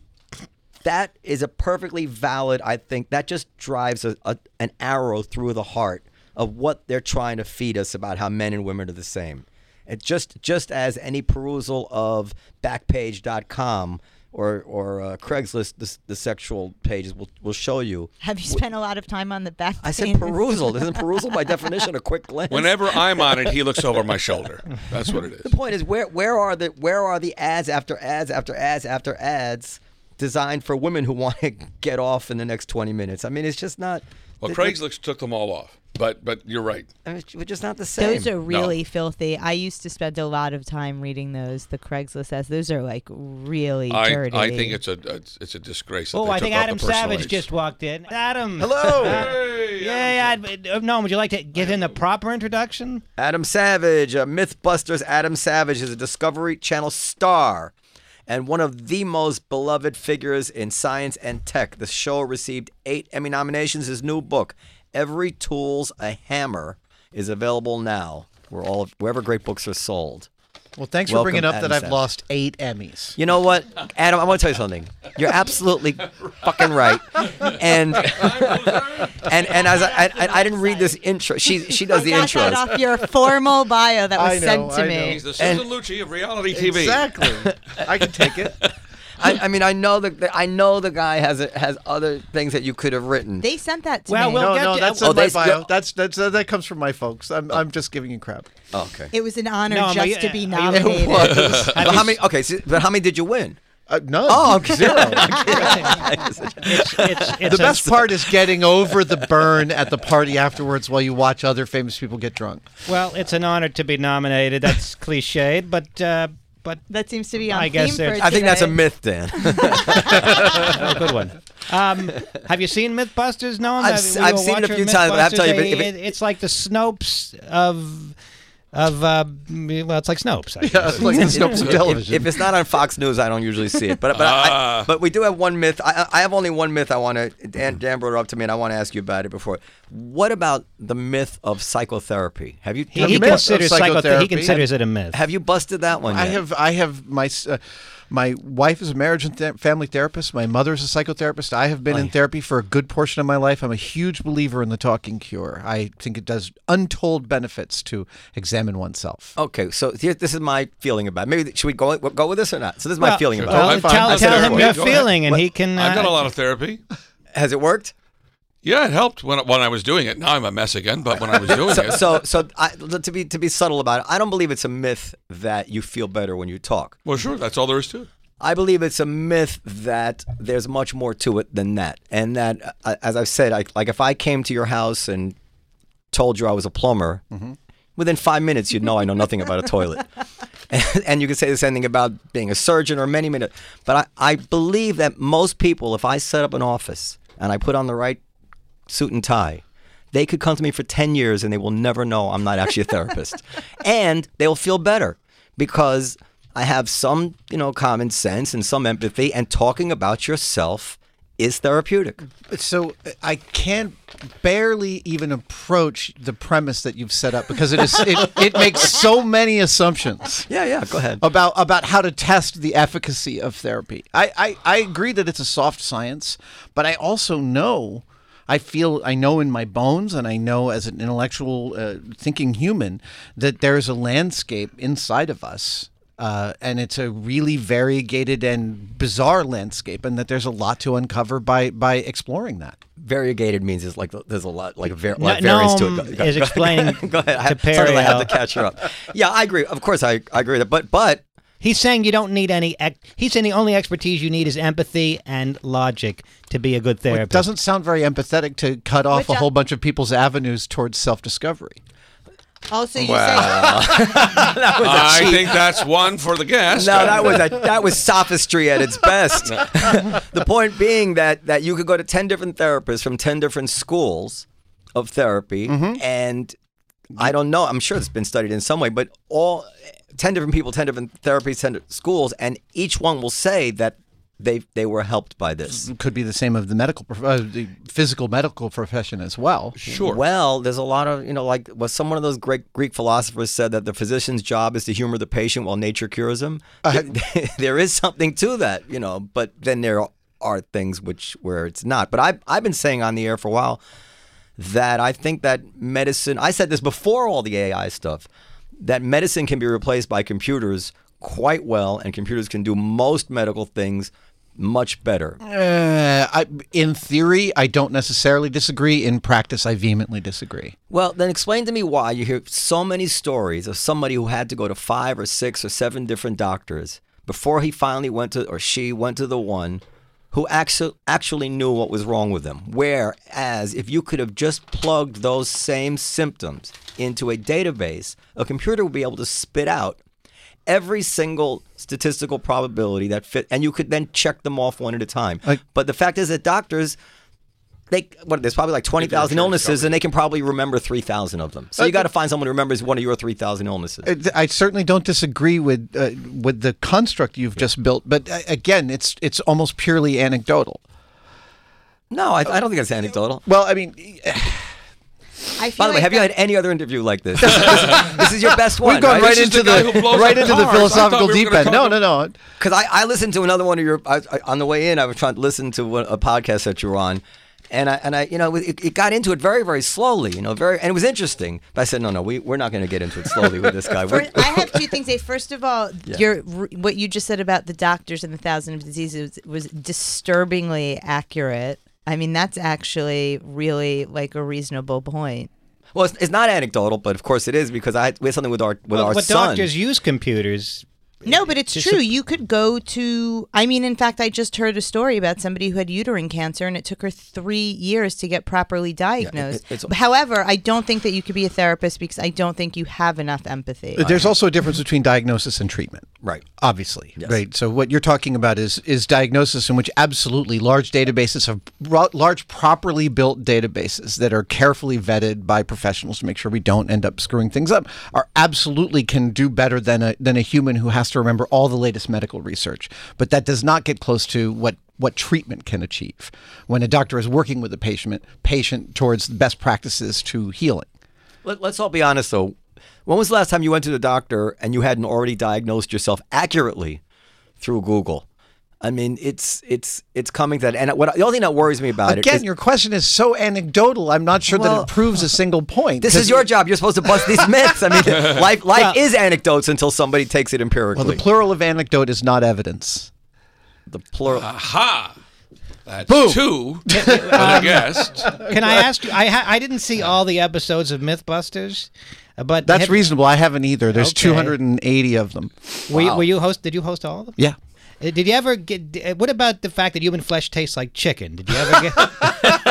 that is a perfectly valid, I think, that just drives a, a, an arrow through the heart of what they're trying to feed us about how men and women are the same. It just just as any perusal of backpage.com or, or uh, Craigslist, the, s- the sexual pages, will, will show you.
Have you spent a lot of time on the back?
I said
page?
perusal. Isn't perusal by definition a quick glance?
Whenever I'm on it, he looks over my shoulder. That's what it is.
the point is where where are the where are the ads after ads after ads after ads designed for women who want to get off in the next 20 minutes? I mean, it's just not
Well,
it-
Craigslist took them all off, but but you're right.
I mean, it's just not the same.
Those are really filthy. I used to spend a lot of time reading those, the Craigslist ads. Those are like really
I,
dirty.
I think it's a it's, it's a disgrace. That
Oh,
they
I
took
think
out
Adam
the personal
Savage
aids.
just walked in. Adam.
Hello,
Yeah, yeah. I'd- uh, No, would you like to give him the proper introduction?
Adam Savage, uh, MythBusters. Adam Savage is a Discovery Channel star and one of the most beloved figures in science and tech. The show received eight Emmy nominations. His new book, "Every Tool's a Hammer," is available now. Where all wherever great books are sold.
Well, thanks
Welcome,
for bringing up
Adam
that I've
Savage.
lost eight Emmys.
You know what, Adam? I want to tell you something. You're absolutely fucking right. And and and as I, I I didn't read this intro. She she does the
Got that
intros.
off your formal bio that was
I know,
sent to
I
me.
He's the Susan Lucci of reality TV.
Exactly. I can take it.
I, I mean, I know the, the I know the guy has a, has other things that you could have written.
They sent that to
Well,
me.
we'll
No,
get
no,
to-
that's
Oh,
in my
that's-
bio. That's, that's that comes from my folks. I'm, I'm just giving you crap.
oh, okay.
it was an honor
No,
just
I'm a-
to
are
be
you-
nominated.
But how many? Okay, so, but how many did you win?
Uh, no,
Oh, okay.
zero.
It's, it's,
the
it's a-
best part is getting over the burn at the party afterwards while you watch other famous people get drunk.
Well, it's an honor to be nominated. That's cliched, but uh, but
That seems to be on
I guess
theme
there's-
for
I think that's a
today.
myth, Dan.
a good one. Um, have you seen MythBusters? No,
I've s- I've seen it a few times, but I have to tell you, but if it-
it's like the Snopes of of uh, well, it's like Snopes. I guess.
Uh, It's like the Snopes of
if,
television.
if it's not on Fox News, I don't usually see it. But but, I, but we do have one myth. I, I have only one myth. I want to Dan Dan brought it up to me, and I want to ask you about it before. What about the myth of psychotherapy? Have you
He,
have,
he
you,
myth of
considers psychotherapy. He
psychotherapy.
considers it a myth.
have you busted that one?
I
yet?
have I have my s- uh, my wife is a marriage and th- family therapist. My mother is a psychotherapist. I have been in therapy for a good portion of my life. I'm a huge believer in the talking cure. I think it does untold benefits to examine oneself.
Okay, so here, this is my feeling about. It. Maybe should we go go with this or not? So this is my
Well,
feeling
well,
about.
I'm
it.
fine.
tell,
That's
tell
fair
him
point.
your
Go ahead.
feeling, and he can.
I've done
uh,
a lot of therapy.
Has it worked?
Yeah, it helped when when I was doing it. Now I'm a mess again, but when I was doing
so,
it,
so, so I, to be to be subtle about it, I don't believe it's a myth that you feel better when you talk.
well, sure, that's all there is to it.
I believe it's a myth that there's much more to it than that, and that, uh, as I've said, I, like if I came to your house and told you I was a plumber, within five minutes you'd know I know nothing about a toilet, and, and you could say the same thing about being a surgeon or many minutes. But I, I believe that most people, if I set up an office and I put on the right suit and tie. They could come to me for 10 years and they will never know I'm not actually a therapist. and they'll feel better because I have some, you know, common sense and some empathy and talking about yourself is therapeutic.
So I can barely even approach the premise that you've set up because it is it, it makes so many assumptions.
Yeah, yeah, go ahead.
Uh,
about about how to test the efficacy of therapy. I, I, I agree that it's a soft science, but I also know I feel I know in my bones and I know as an intellectual uh, thinking human that there is a landscape inside of us. Uh, and it's a really variegated and bizarre landscape, and that there's a lot to uncover by by exploring that.
Variegated means it's like there's a lot, like var-
No-
lot of variance to
Noam
it.
is explaining
go ahead. I,
to
sorry, I had
Perry
to catch her up. Yeah, I agree. Of course, I, I agree with that. But, but
He's saying you don't need any. Ex- he's saying the only expertise you need is empathy and logic to be a good
It
therapist.
doesn't sound very empathetic to cut off
Which
a
I-
whole bunch of people's avenues towards self discovery.
Also, you say
I think that's one for the guest.
No, that was a, that was sophistry at its best. the point being that that you could go to ten different therapists from ten different schools of therapy, and I don't know. I'm sure it's been studied in some way, but all ten different people, ten different therapies, ten different schools, and each one will say that they they were helped by this.
Could be the same of the medical, prof- uh, the physical medical profession as well.
Sure.
Well, there's a lot of you know, like what some one of those great Greek philosophers said that the physician's job is to humor the patient while nature cures him. there is something to that, you know, but then there are things which where it's not. But I've I've been saying on the air for a while that I think that medicine. I said this before all the AI stuff that medicine can be replaced by computers quite well, and computers can do most medical things much better.
Uh, I, in theory, I don't necessarily disagree. In practice, I vehemently disagree.
Well, then explain to me why you hear so many stories of somebody who had to go to five or six or seven different doctors before he finally went to, or she went to the one who actually, actually knew what was wrong with them. Whereas if you could have just plugged those same symptoms into a database, a computer would be able to spit out every single statistical probability that fit, and you could then check them off one at a time.
Like-
but the fact is that doctors, they what there's probably like twenty thousand illnesses, and they can probably remember three thousand of them. So you got to find someone who remembers one of your three thousand illnesses.
I I certainly don't disagree with uh, with the construct you've just built, but uh, again, it's it's almost purely anecdotal.
no, I, I don't think that's anecdotal.
Well, I mean,
I feel
By the way,
like
have you
that-
had any other interview like this? This, is- this is your best one.
we've gone right
This is
into
the guy
the,
who blows
right
up
into the
cars. I thought
philosophical
we were
deep
gonna
end. No,
talk
no, no.
Because I, I listened to another one of your I, I- on the way in. I was trying to listen to one, a podcast that you were on, and I and I you know it, it got into it very very slowly. You know very and it was interesting. But I said no no we we're not going to get into it slowly with this guy. We're-
First, I have two things. Say, first of all, your what you just said about the doctors and the thousand of diseases was disturbingly accurate. I mean, that's actually really like a reasonable point.
well, it's, it's not anecdotal, but of course it is because I had, we had something with our with
Well,
our
but
son.
doctors use computers.
No, but it's
Just
true.
a-
you could go to. I mean, in fact, I just heard a story about somebody who had uterine cancer, and it took her three years to get properly diagnosed.
it's-
However, I don't think that you could be a therapist because I don't think you have enough empathy.
There's also a difference between diagnosis and treatment.
Right.
Obviously, right. So what you're talking about is is diagnosis, in which absolutely large databases have ro- large properly built databases that are carefully vetted by professionals to make sure we don't end up screwing things up. Are absolutely can do better than a than a human who has to remember all the latest medical research. But that does not get close to what what treatment can achieve when a doctor is working with a patient patient towards best practices to healing.
Let, let's all be honest though. When was the last time you went to the doctor and you hadn't already diagnosed yourself accurately through Google? I mean, it's it's it's coming to that. And what the only thing that worries me about it
Again,
is
your question is so anecdotal. I'm not sure that
Well-
it proves a single point.
this
'cause-
is your job. You're supposed to bust these myths. I mean, life life is anecdotes until somebody takes it empirically.
Well, the plural of anecdote is not evidence.
the plural.
Aha! That's two. I guessed.
Can I ask you? I ha- I didn't see all the episodes of MythBusters, uh, but
That's
have-
reasonable. I haven't either. There's
Okay.
280 of them.
Were, you- were you host? Did you host all of them?
Yeah.
Uh, Did you ever get? d- uh, What about the fact that human flesh tastes like chicken? Did you ever get?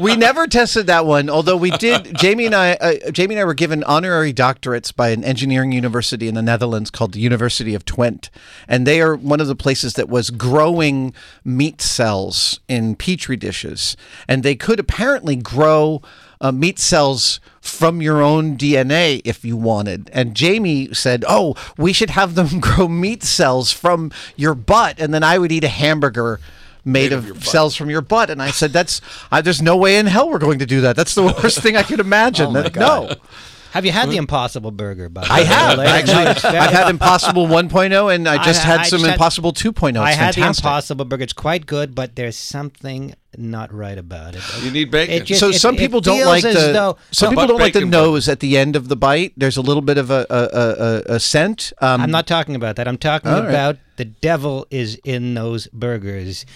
we never tested that one, although we did. Jamie and I, uh, Jamie and I were given honorary doctorates by an engineering university in the Netherlands called the University of Twente, and they are one of the places that was growing meat cells in petri dishes, and they could apparently grow. Uh, meat cells from your own DNA if you wanted. And Jamie said, Oh, we should have them grow meat cells from your butt. And then I would eat a hamburger made of cells from your butt. And I said, "That's I, there's no way in hell we're going to do that. That's the worst thing I could imagine. That- no,
have you had the Impossible Burger? By the
I
way?
have
Later
actually.
notes.
I've had Impossible 1.0, and I just
I-
had
I
some
just had-
Impossible 2.0. It's
I had the
fantastic.
Impossible Burger. It's quite good, but there's something not right about it.
You need bacon.
It just-
so some people don't
feels
like the
as though-
some
no,
people
But
don't like the
bacon bun.
nose at the end of the bite. There's a little bit of a a, a- a, a scent. Um,
I'm not talking about that. I'm talking
right.
about the devil is in those burgers.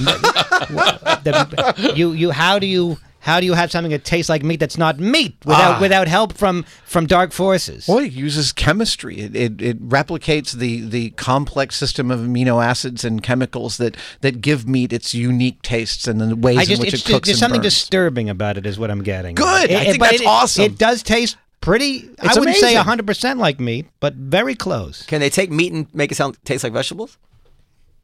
The- you, you, how do you, how do you have something that tastes like meat that's not meat
Ah.
without, without help from, from dark forces?
Boy, it uses chemistry. It, it, it replicates the, the complex system of amino acids and chemicals that, that give meat its unique tastes and the ways
I just,
in which
it's
it cooks.
there's
and
something
burns.
disturbing about it, is what I'm getting. at.
Good. I think
but
that's awesome.
It does taste pretty. I
It's
wouldn't say
amazing.
100 percent like meat, but very close.
Can they take meat and make it sound taste like vegetables?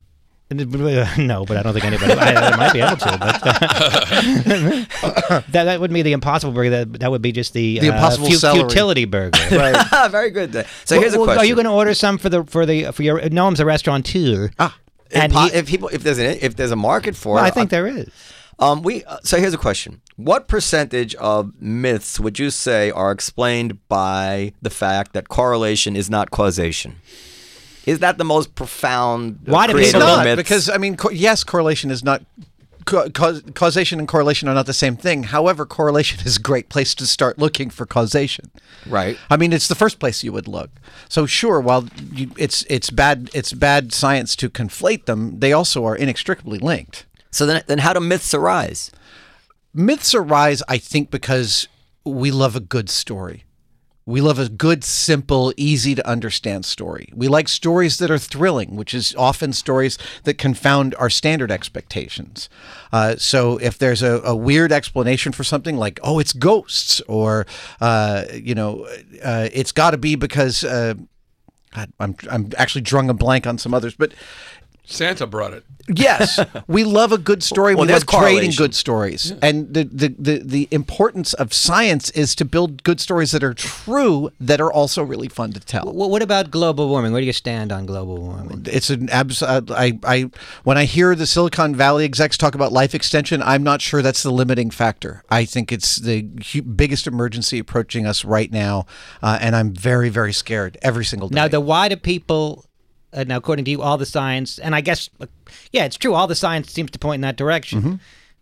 No, but I don't think anybody I, I might be able to. But uh, that that wouldn't be the impossible burger. That that would be just the uh,
The impossible celery.
futility burger.
Very good. So here's a
Well,
question.
Are you going to order some for the for the for your? Noam's a restaurateur. Ah. And
if, po-
he-
if uh, people, if there's an, if there's a market for
Well,
it,
I think there is.
Um, we uh, so here's a question: What percentage of myths would you say are explained by the fact that correlation is not causation? Is that the most profound? uh,
Why do
It's
creative
people-
not
myths?
because I mean, co- yes, correlation is not. ca- Cause, causation and correlation are not the same thing. However, correlation is a great place to start looking for causation.
Right.
I mean, it's the first place you would look. So sure, while you, it's it's bad it's bad science to conflate them, they also are inextricably linked.
so then, then how do myths arise?
Myths arise, I think, because we love a good story. We love a good, simple, easy to understand story. We like stories that are thrilling, which is often stories that confound our standard expectations. Uh, so, if there's a, a weird explanation for something like, oh, it's ghosts, or, uh, you know, uh, it's got to be because. Uh, God, I'm, I'm actually drawing a blank on some others, but
Santa brought it.
Yes, we love a good story.
Well,
we
there's
love trading
correlation.
good stories, and the, the the the importance of science is to build good stories that are true that are also really fun to tell.
What, what about global warming? Where do you stand on global warming?
It's an abs. uh, I I when I hear the Silicon Valley execs talk about life extension, I'm not sure that's the limiting factor. I think it's the hu- biggest emergency approaching us right now, uh, and I'm very very scared every single day.
Now, the why do people? Uh, now, according to you, all the science, and I guess, uh, yeah, it's true. All the science seems to point in that direction.
Mm-hmm.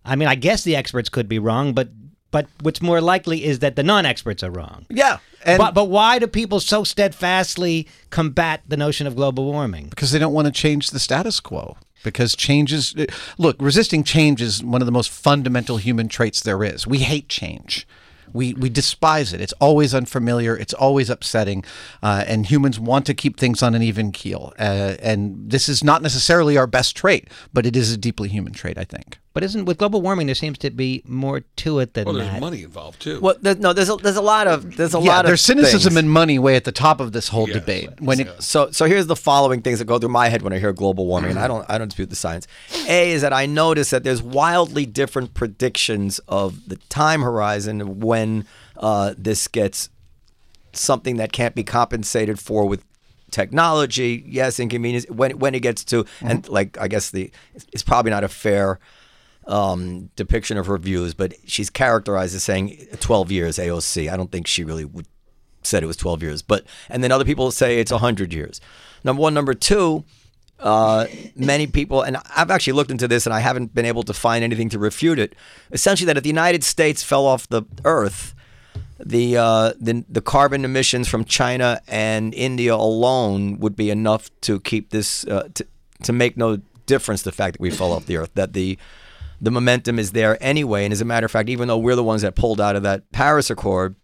I mean, I guess the experts could be wrong, but but what's more likely is that the non-experts are wrong.
yeah, and
but but why do people so steadfastly combat the notion of global warming?
because they don't want to change the status quo because change is look resisting change is one of the most fundamental human traits there is we hate change we, we despise it. It's always unfamiliar. It's always upsetting. Uh, and humans want to keep things on an even keel. Uh, and this is not necessarily our best trait, but it is a deeply human trait, I think.
But isn't with global warming there seems to be more to it than
Well, there's
that?
money involved too.
Well, there, no, there's a, there's a lot of there's a lot of
there's cynicism
things.
and money way at the top of this whole
Yes.
debate. When it,
so so here's the following things that go through my head when I hear global warming, and I don't I don't dispute the science. A is that I notice that there's wildly different predictions of the time horizon of when uh, this gets something that can't be compensated for with technology. Yes, inconvenience when when it gets to and like I guess the it's- it's probably not a fair um, depiction of her views, but she's characterized as saying 12 years AOC. I don't think she really would said it was 12 years, but and then other people say it's 100 years. Number one, number two. Uh, many people, and I've actually looked into this, and I haven't been able to find anything to refute it. Essentially, that if the United States fell off the Earth, the uh, the the carbon emissions from China and India alone would be enough to keep this uh, to to make no difference the fact that we fell off the earth that the the momentum is there anyway and as a matter of fact even though we're the ones that pulled out of that Paris Accord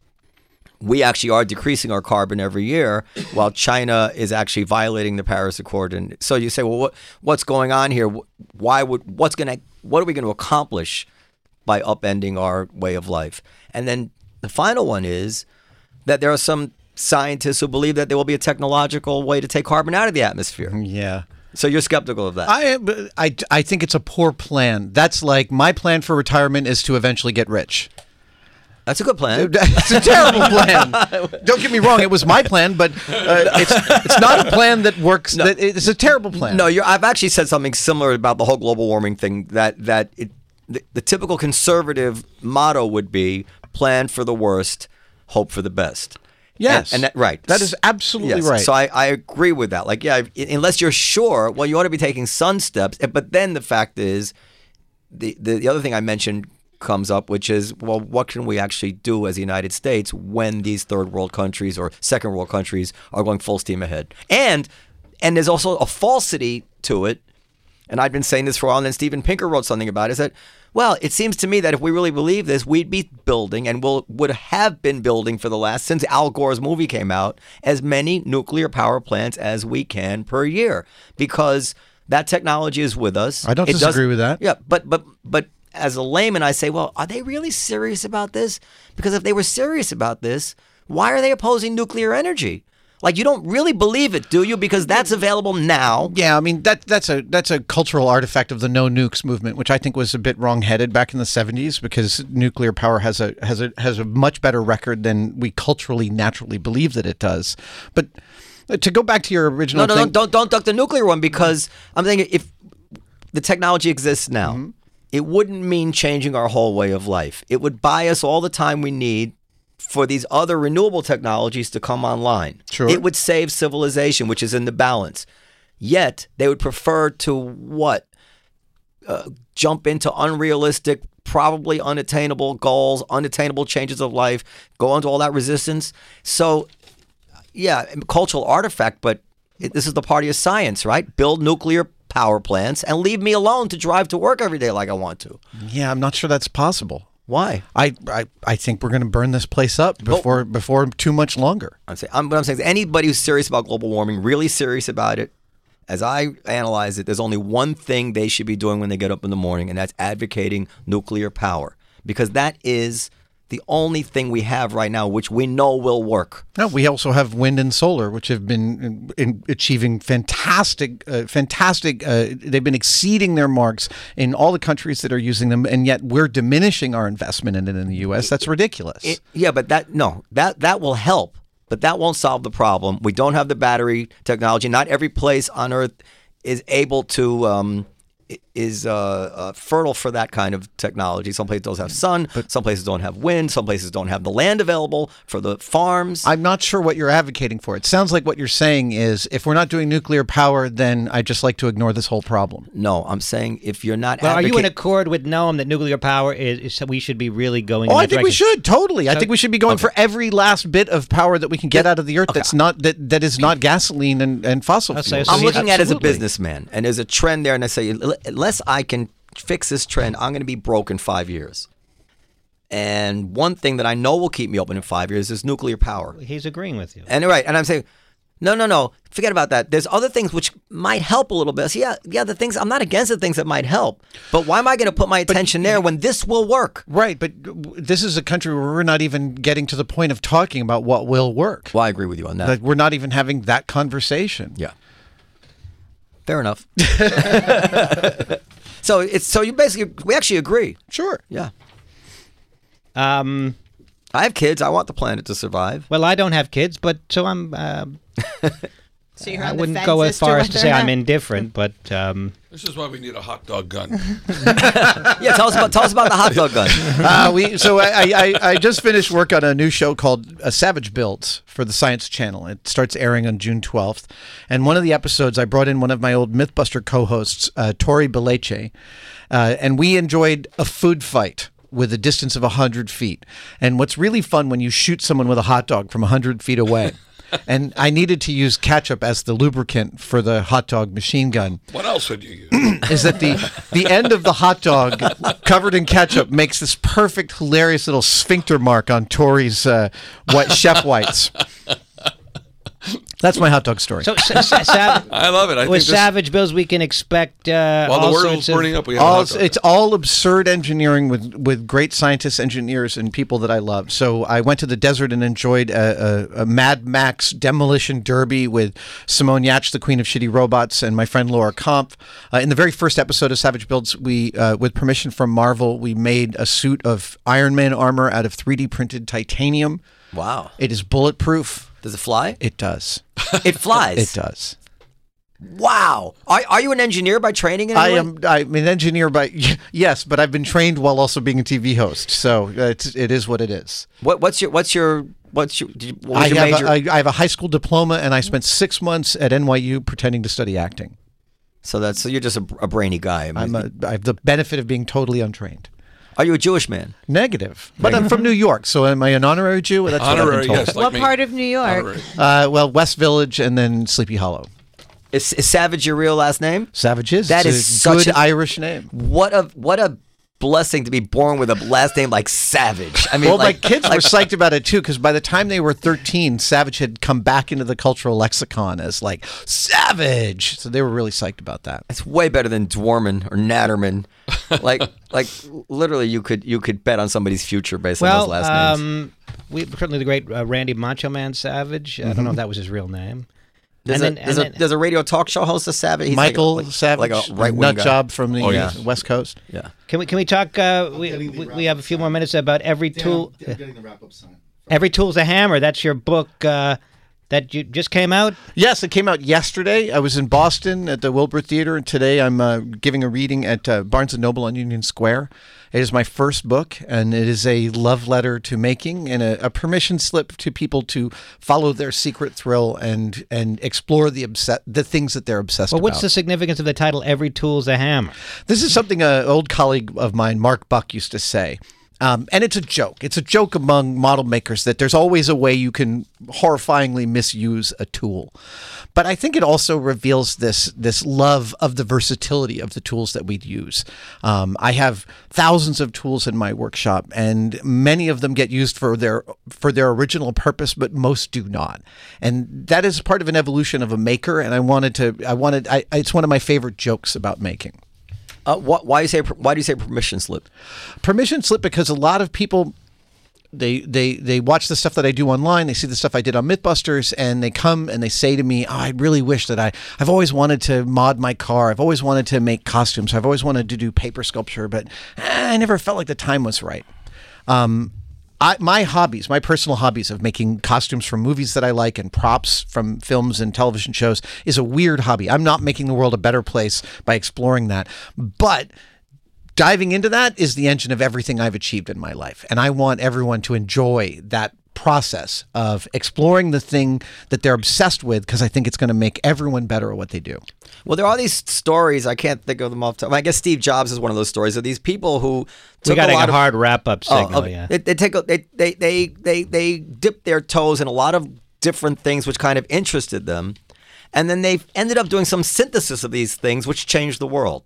we actually are decreasing our carbon every year while China is actually violating the Paris Accord and so you say well what what's going on here Wh- why would what's going to what are we going to accomplish by upending our way of life. And then the final one is that there are some scientists who believe that there will be a technological way to take carbon out of the atmosphere.
yeah.
So you're skeptical of that.
I, but I, I think it's a poor plan. That's like my plan for retirement is to eventually get rich.
That's a good plan.
It's a terrible plan. Don't get me wrong; it was my plan, but uh, it's it's not a plan that works. That, it's a terrible plan.
No, you're, I've actually said something similar about the whole global warming thing. That that it, the, the typical conservative motto would be plan for the worst, hope for the best.
Yes.
and, and that, right.
That is absolutely
Yes.
right.
So I, I agree with that. Like, yeah, i- unless you're sure, well, you ought to be taking some steps. Eh, But then the fact is, the, the the other thing I mentioned comes up, which is, well, what can we actually do as the United States when these third world countries or second world countries are going full steam ahead? And and there's also a falsity to it. And I've been saying this for a while, and then Steven Pinker wrote something about it. Is that well, it seems to me that if we really believe this, we'd be building and will would have been building for the last since Al Gore's movie came out as many nuclear power plants as we can per year because that technology is with us.
I don't
doesn't-
disagree with that.
Yeah, but but but as a layman, I say, well, are they really serious about this? Because if they were serious about this, why are they opposing nuclear energy? Like you don't really believe it, do you? Because that's available now.
yeah, I mean that that's a that's a cultural artifact of the no nukes movement, which I think was a bit wrongheaded back in the '70s because nuclear power has a has a has a much better record than we culturally naturally believe that it does. But uh, to go back to your original
No, no,
thing,
don't, don't don't duck the nuclear one because I'm thinking if the technology exists now.
Mm-hmm.
It wouldn't mean changing our whole way of life. It would buy us all the time we need for these other renewable technologies to come online.
Sure.
It would save civilization, which is in the balance. Yet they would prefer to what? Uh, jump into unrealistic, probably unattainable goals, unattainable changes of life, go into all that resistance. So, yeah, cultural artifact, but it, this is the party of science, right? Build nuclear power plants and leave me alone to drive to work every day like I want to.
Yeah, I'm not sure that's possible.
Why?
I I, I think we're going to burn this place up before before too much longer.
I'm saying, I'm, what I'm saying is, anybody who's serious about global warming, really serious about it, as I analyze it, there's only one thing they should be doing when they get up in the morning, and that's advocating nuclear power because that is the only thing we have right now, which we know will work.
No, we also have wind and solar, which have been uh, in, in achieving fantastic, uh, fantastic. Uh, they've been exceeding their marks in all the countries that are using them, and yet we're diminishing our investment in it in the U.S. That's ridiculous.
It- yeah, but that no, that that will help, but that won't solve the problem. We don't have the battery technology. Not every place on Earth is able to. Um, i- is uh, uh, fertile for that kind of technology. Some places don't have sun, some places don't have wind, some places don't have the land available for the farms.
I'm not sure what you're advocating for. It sounds like what you're saying is, if we're not doing nuclear power, then I just like to ignore this whole problem.
no, I'm saying if you're not
Well, are you in
advocate-
accord with Noam that nuclear power is, is we should be really going?
Oh,
in
I
that
think we
direction?
should totally. I think we should be going for every last bit of power that we can get out of the earth. That's not that that is not gasoline and, and fossil
so-
fuels.
so
I'm
he's-
looking at it as a
Absolutely.
businessman, and there's a trend there, and I say, "L- unless I can fix this trend, I'm going to be broke in five years. And one thing that I know will keep me open in five years is nuclear power.
He's agreeing with you.
And right, and I'm saying, no, no, no, forget about that. There's other things which might help a little bit. So yeah, yeah, the things I'm not against the things that might help, but why am I going to put my attention there when this will work?
Right, but w- this is a country where we're not even getting to the point of talking about what will work.
Well, I agree with you on that.
Like we're not even having that conversation.
Yeah. Fair enough. so it's so you basically we actually agree.
Sure.
Yeah.
Um,
I have kids. I want the planet to survive.
well, I don't have kids, but so I'm. Uh,
So you're
I
on the
wouldn't
fence
go as
as
far as
whether
to
or
say I'm
not-
indifferent, but um,
This is why we need a hot dog gun.
Yeah, tell us about tell us about the hot dog gun.
uh, we so I, I- I I just finished work on a new show called uh, Savage Builds for the Science Channel. It starts airing on June 12th, and one of the episodes I brought in one of my old MythBuster co-hosts, uh, Tori Beleche, uh, and we enjoyed a food fight with a distance of hundred feet. And what's really fun when you shoot someone with a hot dog from hundred feet away. And I needed to use ketchup as the lubricant for the hot dog machine gun
what else would you use?
is that the the end of the hot dog covered in ketchup makes this perfect hilarious little sphincter mark on Tori's uh, white chef whites. That's my hot dog story.
so sa- sa- sav-
I love it. I
with
think this,
Savage Bills, we can expect uh,
while
all
the world's
sorts of.
burning up, we have a
all,
hot dog
it's all absurd engineering with, with great scientists, engineers, and people that I love. So I went to the desert and enjoyed a, a, a Mad Max demolition derby with Simone Yatch, the queen of shitty robots, and my friend Laura Kampf. Uh, in the very first episode of Savage Builds, we, uh, with permission from Marvel, we made a suit of Iron Man armor out of 3D printed titanium.
Wow.
It is bulletproof.
Does it fly?
It does.
It flies.
It does.
Wow. Are, are you an engineer by training? in any
I
way?
am. I'm an engineer by yes, but I've been trained while also being a TV host. So uh, it's, it is what it is.
What, what's your what's your what's your, did you, what was
I
your
have,
major?
a, I, I have a high school diploma, and I spent six months at NYU pretending to study acting.
so that's so you're just a, a brainy guy. I mean,
I'm a, I have the benefit of being totally untrained.
are you a Jewish man?
Negative, but I'm from New York, so am I an honorary Jew? That's what
Honorary,
I've been told.
yes. Like
what
me.
part of New York?
Honorary.
Uh, well, West Village and then Sleepy Hollow.
Is, is Savage your real last name?
Savages.
That
it's
is
a
such
good
an-
Irish name.
What a what a blessing to be born with a last name like Savage. I mean,
well,
like,
my kids were psyched about it too, because by the time they were 13, Savage had come back into the cultural lexicon as like Savage. So they were really psyched about that.
It's way better than Dwarman or Natterman. like like literally, you could you could bet on somebody's future based on those
Well,
last names.
um, we certainly the great uh, Randy Macho Man Savage. I don't know if that was his real name.
There's,
and
a,
then-
there's,
and
a,
then-
there's a radio talk show host of Savage. He's like a-
Michael
like-
Savage,
like a right wing
nut
guy.
job from the
Oh, yeah.
uh, West Coast.
Yeah.
Can we can we talk? Uh, we, we, we have a few more minutes about every tool.
I'm getting the wrap up sign.
Every tool's a hammer. That's your book. Uh, that you just came out?
Yes, it came out yesterday. I was in Boston at the Wilbur Theater, and today I'm uh, giving a reading at uh, Barnes and Noble on Union Square. It is my first book, and it is a love letter to making and a, a permission slip to people to follow their secret thrill and and explore the obse- the things that they're obsessed
Well,
about.
what's the significance of the title "Every Tool's a Hammer"?
This is something an old colleague of mine, Mark Buck, used to say. Um, and it's a joke. It's a joke among model makers that there's always a way you can horrifyingly misuse a tool. But I think it also reveals this this love of the versatility of the tools that we use. Um, I have thousands of tools in my workshop, and many of them get used for their for their original purpose, but most do not. And that is part of an evolution of a maker. And I wanted to. I wanted. I, it's one of my favorite jokes about making
Uh, wh- why you say per- why do you say permission slip?
permission slip because a lot of people they they they watch the stuff that I do online. They see the stuff I did on MythBusters, and they come and they say to me, oh, "I really wish that I I've always wanted to mod my car. I've always wanted to make costumes. I've always wanted to do paper sculpture, but eh, I never felt like the time was right." Um, I, my hobbies, my personal hobbies of making costumes from movies that I like and props from films and television shows is a weird hobby. I'm not making the world a better place by exploring that, but diving into that is the engine of everything I've achieved in my life. And I want everyone to enjoy that process of exploring the thing that they're obsessed with because I think it's going to make everyone better at what they do.
Well, there are all these stories. I can't think of them off. The top. I guess Steve Jobs is one of those stories. Of these people who
We
took
got
a lot
a
of
hard wrap-up signal.
Oh, okay.
Yeah.
They, they take a, they, they they they they dip their toes in a lot of different things, which kind of interested them, and then they ended up doing some synthesis of these things, which changed the world.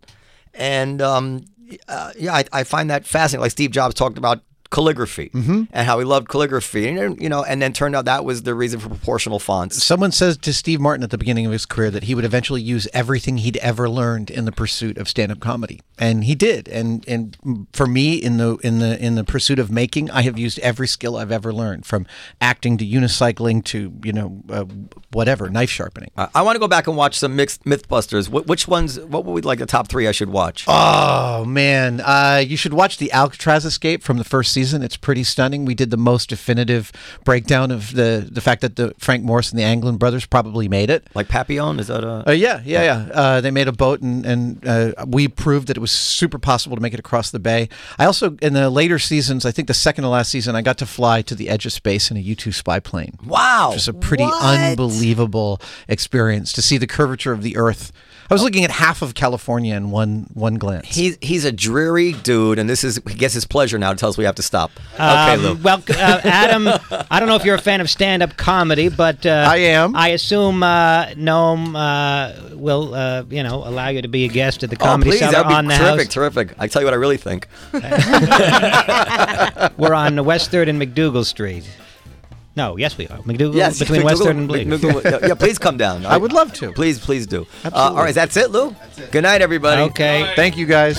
And um, uh, yeah, I, I find that fascinating. Like Steve Jobs talked about calligraphy and how he loved calligraphy, and you know, and then turned out that was the reason for proportional fonts.
Someone says to Steve Martin at the beginning of his career that he would eventually use everything he'd ever learned in the pursuit of stand-up comedy, and he did. And and for me, in the in the in the pursuit of making, I have used every skill I've ever learned, from acting to unicycling to you know uh, whatever knife sharpening.
Uh, I, I want to go back and watch some mixed MythBusters. Wh- which ones? What would we like the top three I should watch?
Oh man, uh, you should watch the Alcatraz escape from the first season. It's pretty stunning. We did the most definitive breakdown of the the fact that the Frank Morris and the Anglin brothers probably made it.
like Papillon? Is that a?
Uh, yeah, yeah, yeah. Uh, they made a boat, and and uh, we proved that it was super possible to make it across the bay. I also, in the later seasons, I think the second to last season, I got to fly to the edge of space in a U two spy plane.
Wow.
which was a pretty
What?
unbelievable experience to see the curvature of the Earth. I was looking at half of California in one one glance.
He's he's a dreary dude, and this is he gets his pleasure now to tell us we have to stop. okay,
Um,
Lou.
Well, uh, Adam, I don't know if you're a fan of stand-up comedy, but uh,
I am.
I assume uh, Noam uh, will, uh, you know, allow you to be a guest at the
oh,
Comedy
please,
Cellar
that'd be
on the
terrific,
house.
terrific. I tell you what I really think.
We're on West Third and McDougal Street. No, yes, we are McDougal
Yes,
between
McDougal-
West Third and McDougal.
McDougal- yeah, yeah, please come down.
I would love to.
Please, please do. Uh, all right, that's it, Lou. Good night, everybody.
Okay.
Thank you guys.